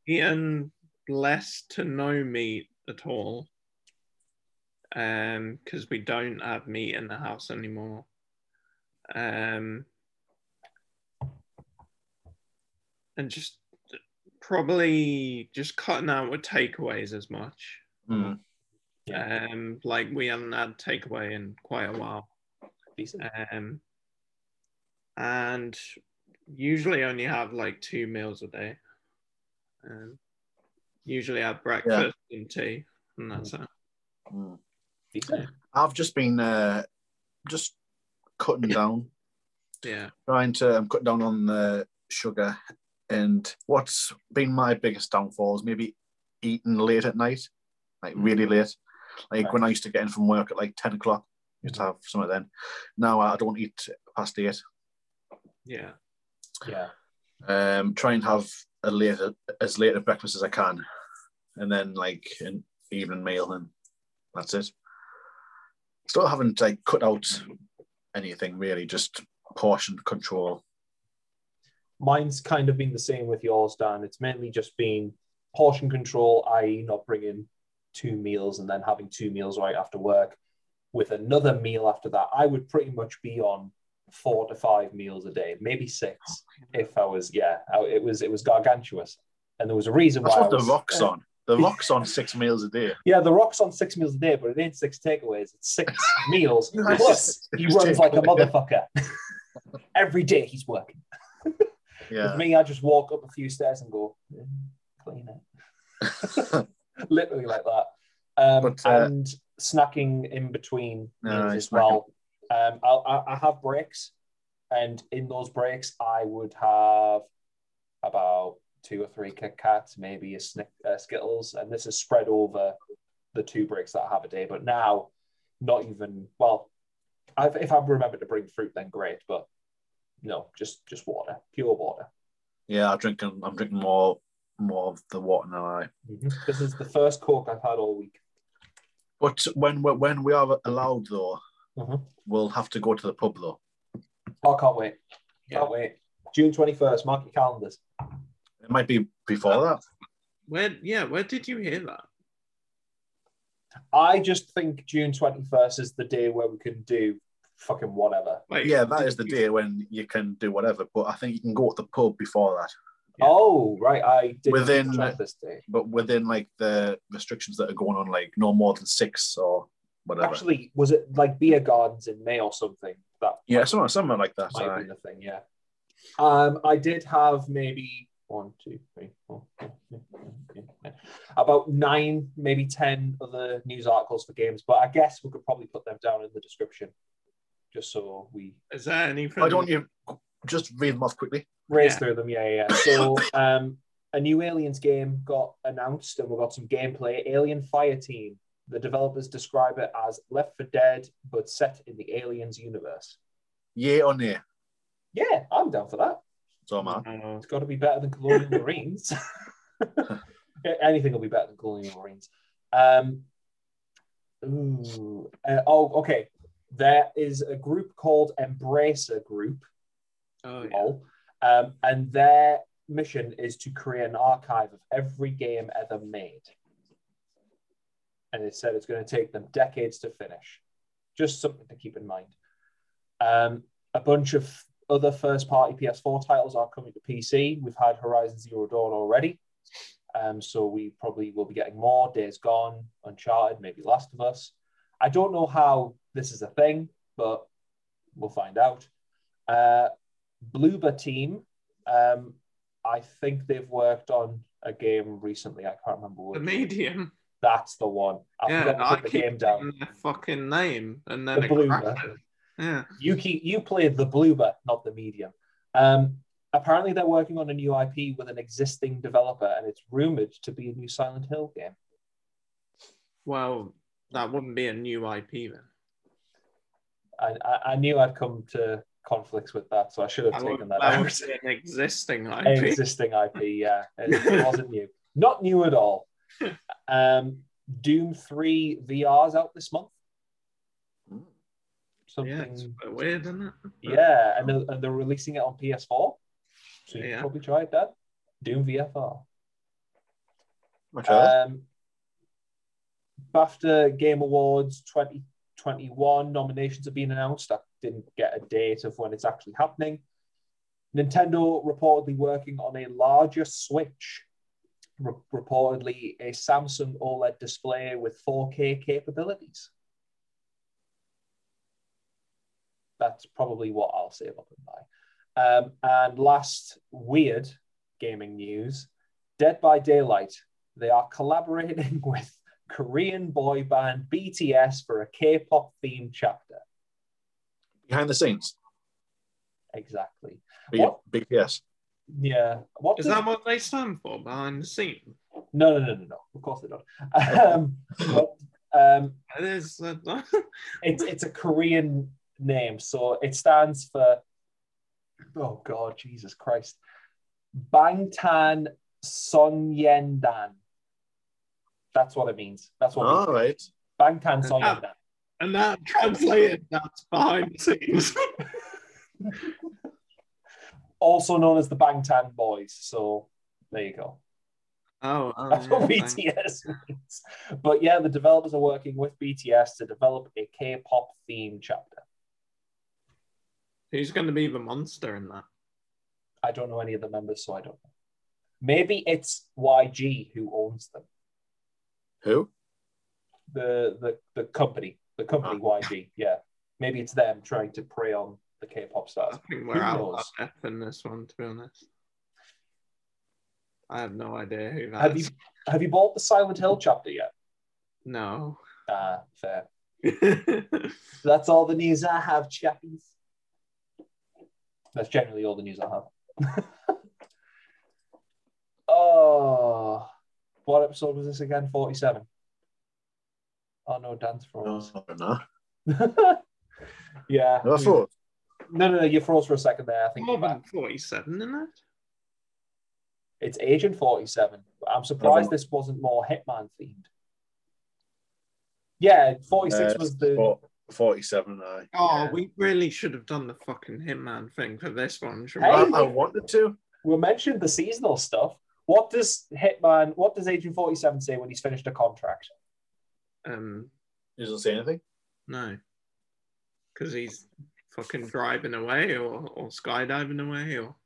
Speaker 3: eaten less to no meat at all. Um, because we don't have meat in the house anymore. Um, and just probably just cutting out with takeaways as much.
Speaker 4: Hmm.
Speaker 3: Um, like we haven't had takeaway in quite a while.
Speaker 2: Decent.
Speaker 3: Um, and usually only have like two meals a day. Um, usually have breakfast and tea, and that's it.
Speaker 4: Hmm.
Speaker 2: Decent.
Speaker 4: I've just been uh, just cutting down,
Speaker 3: Yeah.
Speaker 4: trying to I'm cutting down on the sugar. And what's been my biggest downfall is maybe eating late at night, like really late. Like when I used to get in from work at like ten o'clock, I used to have something then. Now I don't eat past eight.
Speaker 3: Yeah.
Speaker 2: Yeah.
Speaker 4: Um, try and have a late as late a breakfast as I can, and then like an evening meal, and that's it. Still haven't like cut out anything really, just portion control.
Speaker 2: mine's kind of been the same with yours, Dan. It's mainly just been portion control, i.e., not bringing two meals and then having two meals right after work with another meal after that. I would pretty much be on four to five meals a day, maybe six, if I was. Yeah, I- it was it was gargantuous, and there was a reason
Speaker 4: That's
Speaker 2: why.
Speaker 4: what
Speaker 2: I
Speaker 4: the
Speaker 2: was- uh,
Speaker 4: rocks on. The rocks on six meals a day.
Speaker 2: Yeah, the rocks on six meals a day, but it ain't six takeaways. It's six meals. Plus, he runs like a motherfucker. Every day he's working. With
Speaker 4: Yeah.
Speaker 2: me, I just walk up a few stairs and go, "Mm, clean it. Literally like that. Um,
Speaker 4: But, uh,
Speaker 2: and snacking in between
Speaker 4: No,
Speaker 2: meals
Speaker 4: you
Speaker 2: as
Speaker 4: snack
Speaker 2: well. Um, I'll, I, I have breaks, and in those breaks, I would have about two or three Kit Kats, maybe a Snick, uh, Skittles, and this is spread over the two breaks that I have a day. But now, not even well. I've, if I remember to bring fruit, then great. But no, just just water, pure water.
Speaker 4: Yeah, I'm drinking I'm drinking more more of the water now. I
Speaker 2: Mm-hmm. This is the first Coke I've had all week.
Speaker 4: but when we when we are allowed though,
Speaker 2: Mhm.
Speaker 4: We'll have to go to the pub though.
Speaker 2: Oh, I can't wait.
Speaker 3: Yeah.
Speaker 2: Can't wait. June 21st, mark your calendars.
Speaker 4: It might be before that.
Speaker 3: Where, yeah, where did you hear that?
Speaker 2: I just think June 21st is the day where we can do fucking whatever.
Speaker 3: Wait,
Speaker 4: Yeah, that is the day when you can do whatever. But I think you can go to the pub before that.
Speaker 3: Yeah.
Speaker 2: Oh, right. I did
Speaker 4: Within-
Speaker 2: this day.
Speaker 4: But within like the restrictions that are going on, like no more than six or whatever.
Speaker 2: Actually, was it like beer gardens in May or something? That
Speaker 4: yeah, something, something like that.
Speaker 2: might have
Speaker 4: aye.
Speaker 2: been the thing, yeah. Um, I did have maybe one, two, three, four, five, six, seven, eight, nine. about nine, maybe 10 other news articles for games, but I guess we could probably put them down in the description just so we
Speaker 3: Is that anything?
Speaker 4: Why Oh, don't you just read them off quickly?
Speaker 2: race
Speaker 3: Yeah.
Speaker 2: through them. Yeah, yeah. yeah. So um, a new Aliens game got announced, and we got some gameplay. Alien Fire Team. The developers describe it as Left for Dead, but set in the Aliens universe.
Speaker 4: Yay or nay?
Speaker 2: Yeah, I'm down for that.
Speaker 4: So man.
Speaker 3: Oh,
Speaker 2: It's got to be better than Colonial Marines. Yeah, Anything will be better than Colonial Marines. Um, ooh, uh, oh, okay. There is a group called Embracer Group.
Speaker 3: oh, yeah.
Speaker 2: lol. Um, and their mission is to create an archive of every game ever made. And it said it's going to take them decades to finish. Just something to keep in mind. Um, a bunch of other first party PS4 titles are coming to PC. We've had Horizon Zero Dawn already. Um, so we probably will be getting more Days Gone, Uncharted, maybe Last of Us. I don't know how this is a thing, but we'll find out. Uh, Bloober team, um, I think they've worked on a game recently. I can't remember
Speaker 3: The
Speaker 2: what.
Speaker 3: medium.
Speaker 2: That's the one. I
Speaker 3: yeah,
Speaker 2: forgot to
Speaker 3: I
Speaker 2: put the
Speaker 3: keep
Speaker 2: game down.
Speaker 3: thinking their fucking name, and then
Speaker 2: The
Speaker 3: it
Speaker 2: Bloober.
Speaker 3: crashes. Yeah.
Speaker 2: You keep you played the Bloober, not the medium. Um, apparently, they're working on a new IP with an existing developer, and it's rumored to be a new Silent Hill game.
Speaker 3: Well, that wouldn't be a new IP then.
Speaker 2: I, I, I knew I'd come to conflicts with that, so I should have
Speaker 3: That
Speaker 2: taken
Speaker 3: would,
Speaker 2: that
Speaker 3: that would
Speaker 2: out.
Speaker 3: be an existing IP.
Speaker 2: existing IP. Yeah, it, it wasn't new. Not new at all. Um, Doom Three VR's out this month. Mm-hmm.
Speaker 4: Mm,
Speaker 3: yeah, it's a
Speaker 2: Something.
Speaker 3: bit weird, isn't it?
Speaker 2: Yeah, and, they're, and they're releasing it on PS4, so you
Speaker 3: Yeah.
Speaker 2: can probably try it then. Doom VFR.
Speaker 4: Okay.
Speaker 2: Um, BAFTA Game Awards 2021 nominations have been announced. I didn't get a date of when it's actually happening. Nintendo reportedly working on a larger Switch, re- reportedly a Samsung OLED display with 4K capabilities. That's probably what I'll save up and buy. Um, and last weird gaming news Dead by Daylight they are collaborating with Korean boy band BTS for a K-pop themed chapter.
Speaker 4: Behind the scenes.
Speaker 2: Exactly.
Speaker 4: B-
Speaker 2: What?
Speaker 4: BTS.
Speaker 2: Yeah. What
Speaker 3: Is
Speaker 2: does-
Speaker 3: that what they stand for behind the scene?
Speaker 2: No, no, no, no, no. Of course they don't. Um, but, um,
Speaker 3: It is. Uh,
Speaker 2: it's it's a Korean name, so it stands for. Oh God, Jesus Christ, Bangtan Sonyeondan. That's what it means. That's what
Speaker 4: All
Speaker 3: Oh.
Speaker 2: it means.
Speaker 4: right.
Speaker 2: Bangtan Sonyeondan.
Speaker 3: and that translated, that's behind the scenes.
Speaker 2: also known as the Bangtan Boys. So there you go.
Speaker 3: oh, oh,
Speaker 2: That's what
Speaker 3: yeah, thank-
Speaker 2: BTS means. But yeah, the developers are working with BTS to develop a K-pop theme chapter.
Speaker 3: Who's going to be the monster in that?
Speaker 2: I don't know any of the members, so I don't know. Maybe it's YG who owns them.
Speaker 4: Who?
Speaker 2: The the, the company. The company YG. Yeah. Maybe it's them trying to prey on the K-pop
Speaker 3: I
Speaker 2: stars.
Speaker 3: think
Speaker 2: Who
Speaker 3: we're out of
Speaker 2: knows?
Speaker 3: depth in this one, to be honest. I have no idea who that
Speaker 2: Have
Speaker 3: is.
Speaker 2: you have you bought the Silent Hill chapter yet?
Speaker 3: No.
Speaker 2: Ah, fair. That's all the news I have, chappies. That's generally all the news I have. oh, what episode was this again? 47. Oh, no, Dan's
Speaker 4: No,
Speaker 2: froze.
Speaker 4: I don't know.
Speaker 2: yeah.
Speaker 4: No, I thought.
Speaker 2: No, no, no, you froze for a second there. I think
Speaker 3: More
Speaker 2: you're back.
Speaker 3: than 47 in it?
Speaker 2: It's Agent 47. I'm surprised this wasn't more Hitman themed. Yeah, 46
Speaker 4: uh,
Speaker 2: was the
Speaker 4: sport. 47, aye.
Speaker 3: Oh, we really should have done the fucking Hitman thing for this one. shouldn't
Speaker 4: I,
Speaker 2: Hey.
Speaker 4: I wanted to.
Speaker 2: We mentioned the seasonal stuff. What does Hitman, what does Agent 47 say when he's finished a contract?
Speaker 3: we? Um,
Speaker 4: He doesn't say anything.
Speaker 3: no, because he's fucking driving away or, or skydiving away or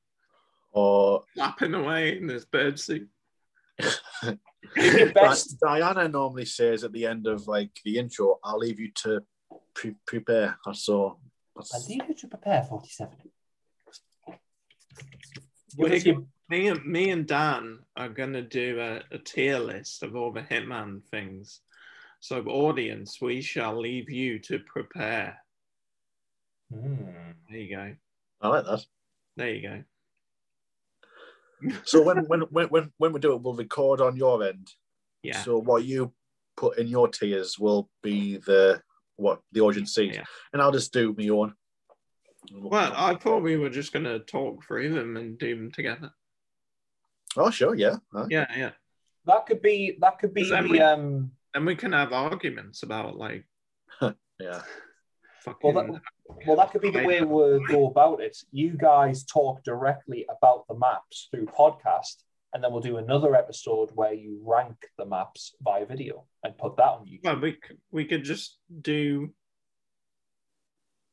Speaker 4: Or
Speaker 3: flapping away in his bird suit.
Speaker 2: Your best,
Speaker 4: Di- Diana normally says at the end of like the intro, "I'll leave you to pre- prepare." That's all.
Speaker 2: I
Speaker 4: That's,
Speaker 2: need you to prepare 47.
Speaker 3: Well,
Speaker 2: Give us
Speaker 3: he-
Speaker 2: your-
Speaker 3: Me and me and Dan are gonna do a, a tier list of all the Hitman things. So, audience, we shall leave you to prepare.
Speaker 2: Hmm.
Speaker 3: There you go.
Speaker 4: I like that.
Speaker 3: There you go.
Speaker 4: So when when when when when we do it, we'll record on your end.
Speaker 3: Yeah.
Speaker 4: So what you put in your tiers will be the what the audience sees,
Speaker 3: Yeah.
Speaker 4: and I'll just do my own.
Speaker 3: Well, I thought we were just gonna talk through them and do them together.
Speaker 4: oh sure, yeah, aye.
Speaker 3: Yeah, yeah.
Speaker 2: That could be that could be
Speaker 3: Does that
Speaker 2: the
Speaker 3: mean-
Speaker 2: um
Speaker 3: Then we can have arguments about like
Speaker 4: yeah.
Speaker 3: fucking.
Speaker 2: Well, well that could be the way we'll go about it. You guys talk directly about the maps through podcast, and then we'll do another episode where you rank the maps by video and put that on YouTube.
Speaker 3: Well, we c- we could just do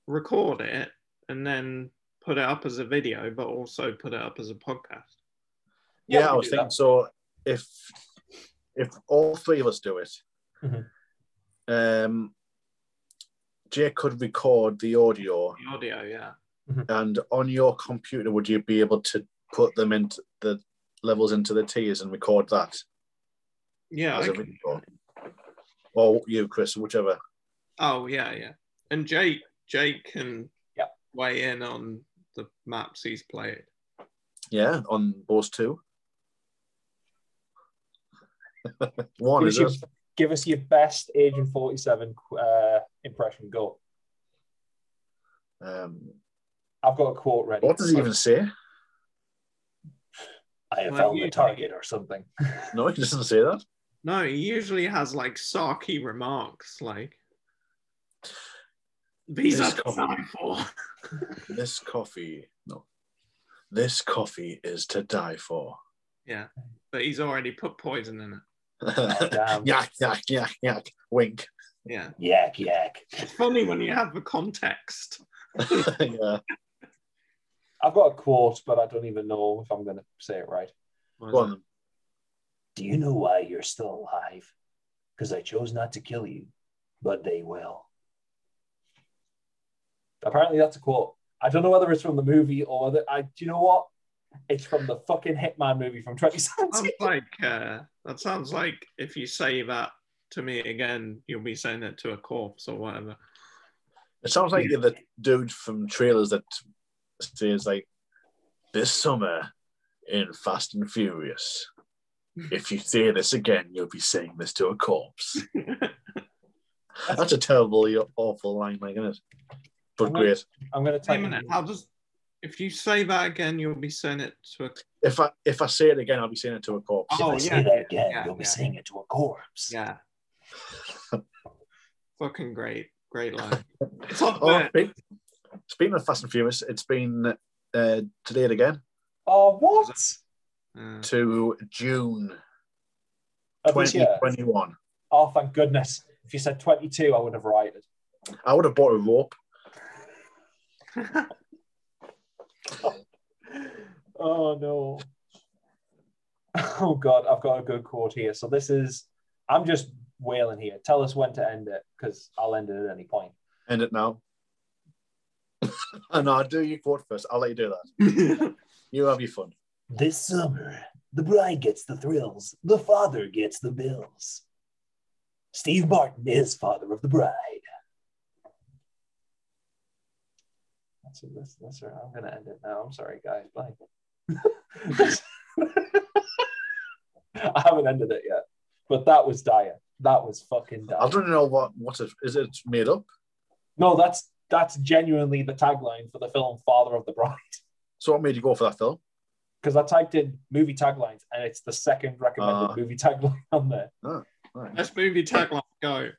Speaker 3: record it and then put it up as a video, but also put it up as a podcast.
Speaker 2: Yeah, we
Speaker 4: Yeah, I
Speaker 2: can
Speaker 4: was
Speaker 2: do
Speaker 4: thinking
Speaker 2: that.
Speaker 4: so. If if all three of us do it,
Speaker 2: Mhm.
Speaker 4: um, Jake could record the audio,
Speaker 3: The audio, yeah.
Speaker 4: and on your computer, would you be able to put them into the levels into the tiers and record that
Speaker 3: Yeah.
Speaker 4: as
Speaker 3: I
Speaker 4: a
Speaker 3: can-
Speaker 4: video? Or you, Chris, whichever.
Speaker 3: Oh yeah, yeah. And Jake Jake can
Speaker 2: Yeah.
Speaker 3: weigh in on the maps he's played.
Speaker 4: Yeah, on those two. One
Speaker 2: Give us,
Speaker 4: is
Speaker 2: your,
Speaker 4: it?
Speaker 2: give us your best Agent 47 uh, impression. Go.
Speaker 4: Um,
Speaker 2: I've got a quote ready.
Speaker 4: what does he even say?
Speaker 2: I have
Speaker 3: Well,
Speaker 2: found the
Speaker 3: you-
Speaker 2: target or something.
Speaker 4: No, he doesn't say that.
Speaker 3: No, he usually has like sarky remarks like these
Speaker 4: This
Speaker 3: are the
Speaker 4: comedy.
Speaker 3: Cypher."
Speaker 4: This coffee, no. This coffee is to die for.
Speaker 3: But he's already put poison in it.
Speaker 2: Oh, damn.
Speaker 4: yak, yak, yak, yak. Wink.
Speaker 3: Yeah.
Speaker 2: Yak, yak.
Speaker 3: It's funny when you have the context.
Speaker 4: yeah.
Speaker 2: I've got a quote, but I don't even know if I'm going to say it right.
Speaker 4: Go on. then.
Speaker 2: Do you know why you're still alive? Because I chose not to kill you, but they will. Apparently, that's a quote. I don't know whether it's from the movie or whether I. Do you know what? It's from the fucking Hitman movie from 2017.
Speaker 3: Sounds like uh, that sounds like if you say that to me again, you'll be saying it to a corpse or whatever.
Speaker 4: It sounds like you're the dude from trailers that says, like, this summer in Fast and Furious. If you say this again, you'll be saying this to a corpse. That's a terribly awful line, like, isn't it? But
Speaker 2: I'm gonna-
Speaker 4: great.
Speaker 2: I'm going to
Speaker 3: Wait
Speaker 2: type.
Speaker 3: a minute, how does if you say that again, you'll be saying it to a
Speaker 4: If I if I say it again, I'll be saying it to a corpse.
Speaker 3: Oh, yeah, yeah, yeah, yeah.
Speaker 2: saying it to a corpse.
Speaker 3: yeah. Fucking great, great line. It's on
Speaker 4: Oh,
Speaker 3: there.
Speaker 4: speak- speaking of Fast and Furious, it's been uh, today and again
Speaker 2: Oh, what?
Speaker 3: Uh,
Speaker 4: to June
Speaker 2: Of this year?
Speaker 4: 2021.
Speaker 2: Oh, thank goodness. If you said 22, I would have rioted.
Speaker 4: I would have bought a rope.
Speaker 2: oh no. Oh god, I've got a good quote here. So this is I'm just wailing here. Tell us when to end it, because I'll end it at any point.
Speaker 4: End it now. and I'll do your quote first. I'll let you do that. You have your fun.
Speaker 2: This summer, the bride gets the thrills, the father gets the bills. Steve Martin is father of the bride. That's that's, that's right. I'm gonna end it now. I'm sorry, guys. Bye. I haven't ended it yet, but that was dire. That was fucking dire.
Speaker 4: I don't know what what it, is it made up.
Speaker 2: no, that's that's genuinely the tagline for the film "Father of the Bride."
Speaker 4: So what made you go for that film?
Speaker 2: because I typed in movie taglines and it's the second recommended
Speaker 4: Ah.
Speaker 2: movie tagline on there.
Speaker 4: Right.
Speaker 3: Let's move your tagline. Go.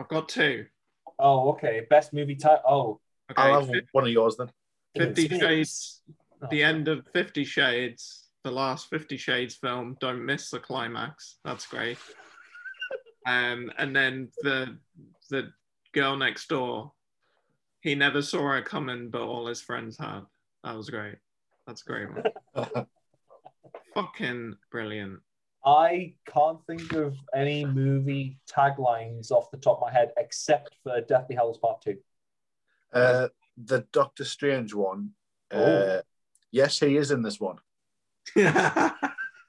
Speaker 3: I've got two.
Speaker 2: Oh, okay. Best movie title. Oh,
Speaker 3: Okay.
Speaker 4: I'll have one of yours then.
Speaker 3: Fifty
Speaker 2: Space.
Speaker 3: Shades.
Speaker 2: Oh,
Speaker 3: The end of Fifty Shades, the last Fifty Shades film. Don't miss the climax. That's great. Um, and then the the girl next door. He never saw her coming, but all his friends had. That was great. That's a great one. Fucking brilliant.
Speaker 2: I can't think of any movie taglines off the top of my head except for Deathly Hallows Part Two.
Speaker 4: Uh, the Doctor Strange one. Uh,
Speaker 2: Oh.
Speaker 4: Yes, he is in this one.
Speaker 3: Doctor
Speaker 4: That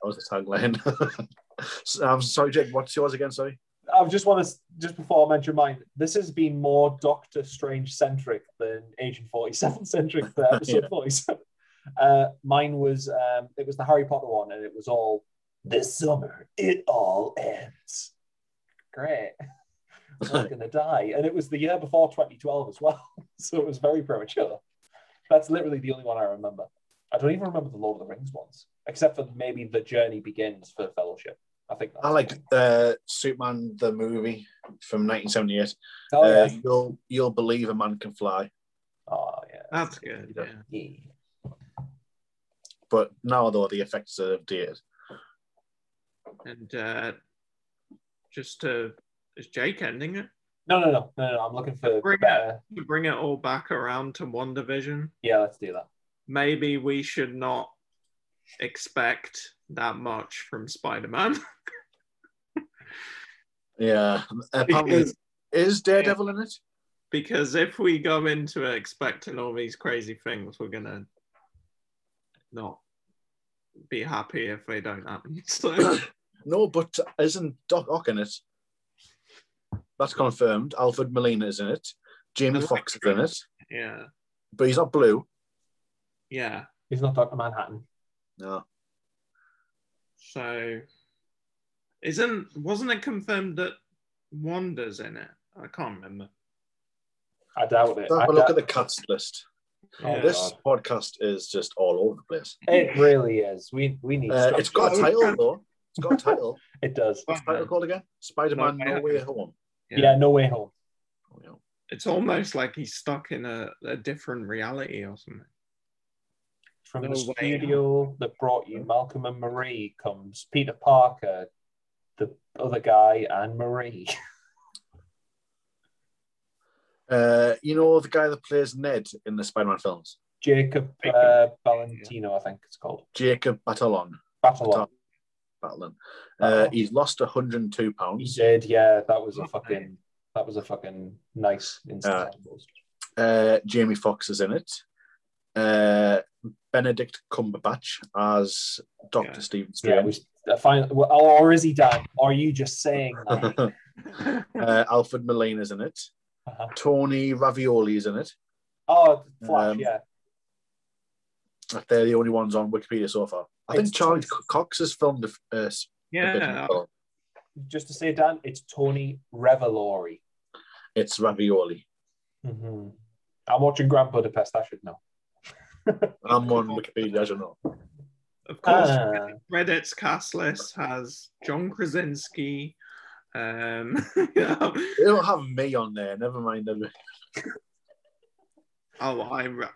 Speaker 4: was the tagline. So, I'm sorry, Jake. What's yours again? Sorry.
Speaker 2: I just want to, just before I mention mine, this has been more Doctor Strange centric than Agent 47 centric for episode
Speaker 4: Yeah.
Speaker 2: 47. Uh, mine was, um, it was the Harry Potter one, and it was all, this summer, it all ends. Great. We're going to die. And it was the year before 2012 as well. So it was very premature. That's literally the only one I remember. I don't even remember the Lord of the Rings ones, except for maybe The Journey Begins for Fellowship. I think that's
Speaker 4: I like uh, Superman the movie from 1978.
Speaker 2: Oh,
Speaker 4: uh,
Speaker 2: yeah.
Speaker 4: You'll you'll believe a man can fly.
Speaker 2: Oh yeah.
Speaker 3: That's good, yeah.
Speaker 2: Yeah.
Speaker 4: But now though the effects are dated.
Speaker 3: And uh, just to is Jake ending it?
Speaker 2: No, no, no, no, no. I'm looking for
Speaker 3: Bring it.
Speaker 2: better.
Speaker 3: To bring it all back around to one division.
Speaker 2: Yeah, let's do that.
Speaker 3: Maybe we should not expect that much from Spider-Man.
Speaker 4: Yeah. Apparently,
Speaker 3: because,
Speaker 4: is Daredevil in it?
Speaker 3: because if we go into it expecting all these crazy things, we're gonna not be happy if they don't happen. So
Speaker 4: No, but isn't Doc Ock in it? That's confirmed. Alfred Molina is in it. Jamie
Speaker 3: Electro.
Speaker 4: Fox is in it,
Speaker 3: yeah.
Speaker 4: but he's not blue.
Speaker 3: Yeah.
Speaker 2: He's not Doctor Manhattan.
Speaker 4: No.
Speaker 3: So isn't wasn't it confirmed that Wanda's in it? I can't remember.
Speaker 2: I doubt it.
Speaker 4: Have
Speaker 2: I
Speaker 4: a look
Speaker 2: doubt-
Speaker 4: at the cast list.
Speaker 2: Oh,
Speaker 3: Yeah.
Speaker 4: This
Speaker 2: God.
Speaker 4: podcast is just all over the place.
Speaker 2: It really is. We we need.
Speaker 4: Uh, it's got a
Speaker 2: structure.
Speaker 4: title though. It's got a title.
Speaker 2: It does.
Speaker 4: What's the title called again? Spider-Man:
Speaker 3: No Way
Speaker 4: No Way Home.
Speaker 2: Yeah. No way home.
Speaker 4: Oh, yeah.
Speaker 3: It's almost like he's stuck in a, a different reality or something.
Speaker 2: From
Speaker 3: No
Speaker 2: the
Speaker 3: Way
Speaker 2: studio that brought you Malcolm and Marie comes Peter Parker, the other guy, and Marie.
Speaker 4: Uh, you know the guy that plays Ned in the Spider-Man films,
Speaker 2: Jacob uh, Valentino, I think it's called.
Speaker 4: Jacob Batalon.
Speaker 2: Battle on.
Speaker 4: Batalon. Batalon. Uh, he's lost 102
Speaker 2: He
Speaker 4: pounds.
Speaker 2: did. Yeah, that was
Speaker 3: Oh,
Speaker 2: a fucking. That was a fucking nice instant.
Speaker 4: Uh, Jamie Fox is in it. Uh, Benedict Cumberbatch as Doctor
Speaker 3: Yeah.
Speaker 4: Stephen
Speaker 2: Yeah,
Speaker 4: Strange.
Speaker 2: we uh, final, well, or is he done? Or are you just saying that?
Speaker 4: uh, Alfred Molina is in it.
Speaker 2: Uh-huh.
Speaker 4: Tony Ravioli is in it.
Speaker 2: Oh, Flash,
Speaker 4: Um,
Speaker 2: yeah.
Speaker 4: Like, They're the only ones on Wikipedia so far. I think
Speaker 2: It's-
Speaker 4: Charlie Co- Cox has filmed a, f- a s- a bit in
Speaker 3: yeah.
Speaker 4: the film.
Speaker 2: Just to say, Dan, it's Tony Revelori.
Speaker 4: It's Ravioli.
Speaker 2: Mm-hmm. I'm watching Grand Budapest. I should know.
Speaker 4: I'm on Wikipedia, as you know.
Speaker 3: Of course,
Speaker 2: Ah.
Speaker 3: Reddit's cast list has John Krasinski. Um,
Speaker 4: They don't have me on there. Never mind. them.
Speaker 3: oh, I re-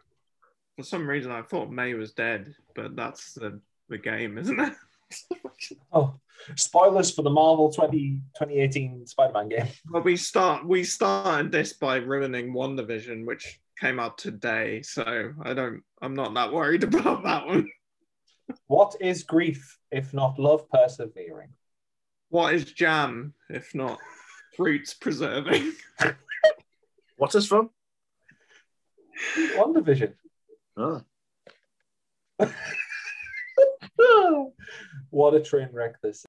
Speaker 3: for some reason I thought May was dead, but that's the, the game, isn't it?
Speaker 2: Oh, spoilers for the Marvel 20, 2018 Spider-Man game.
Speaker 3: but we start we started this by ruining One Division, which came out today, so I don't I'm not that worried about that one.
Speaker 2: What is grief if not love persevering?
Speaker 3: What is jam if not fruits preserving?
Speaker 4: What's this from?
Speaker 2: One division.
Speaker 4: Ah,
Speaker 2: what a train wreck this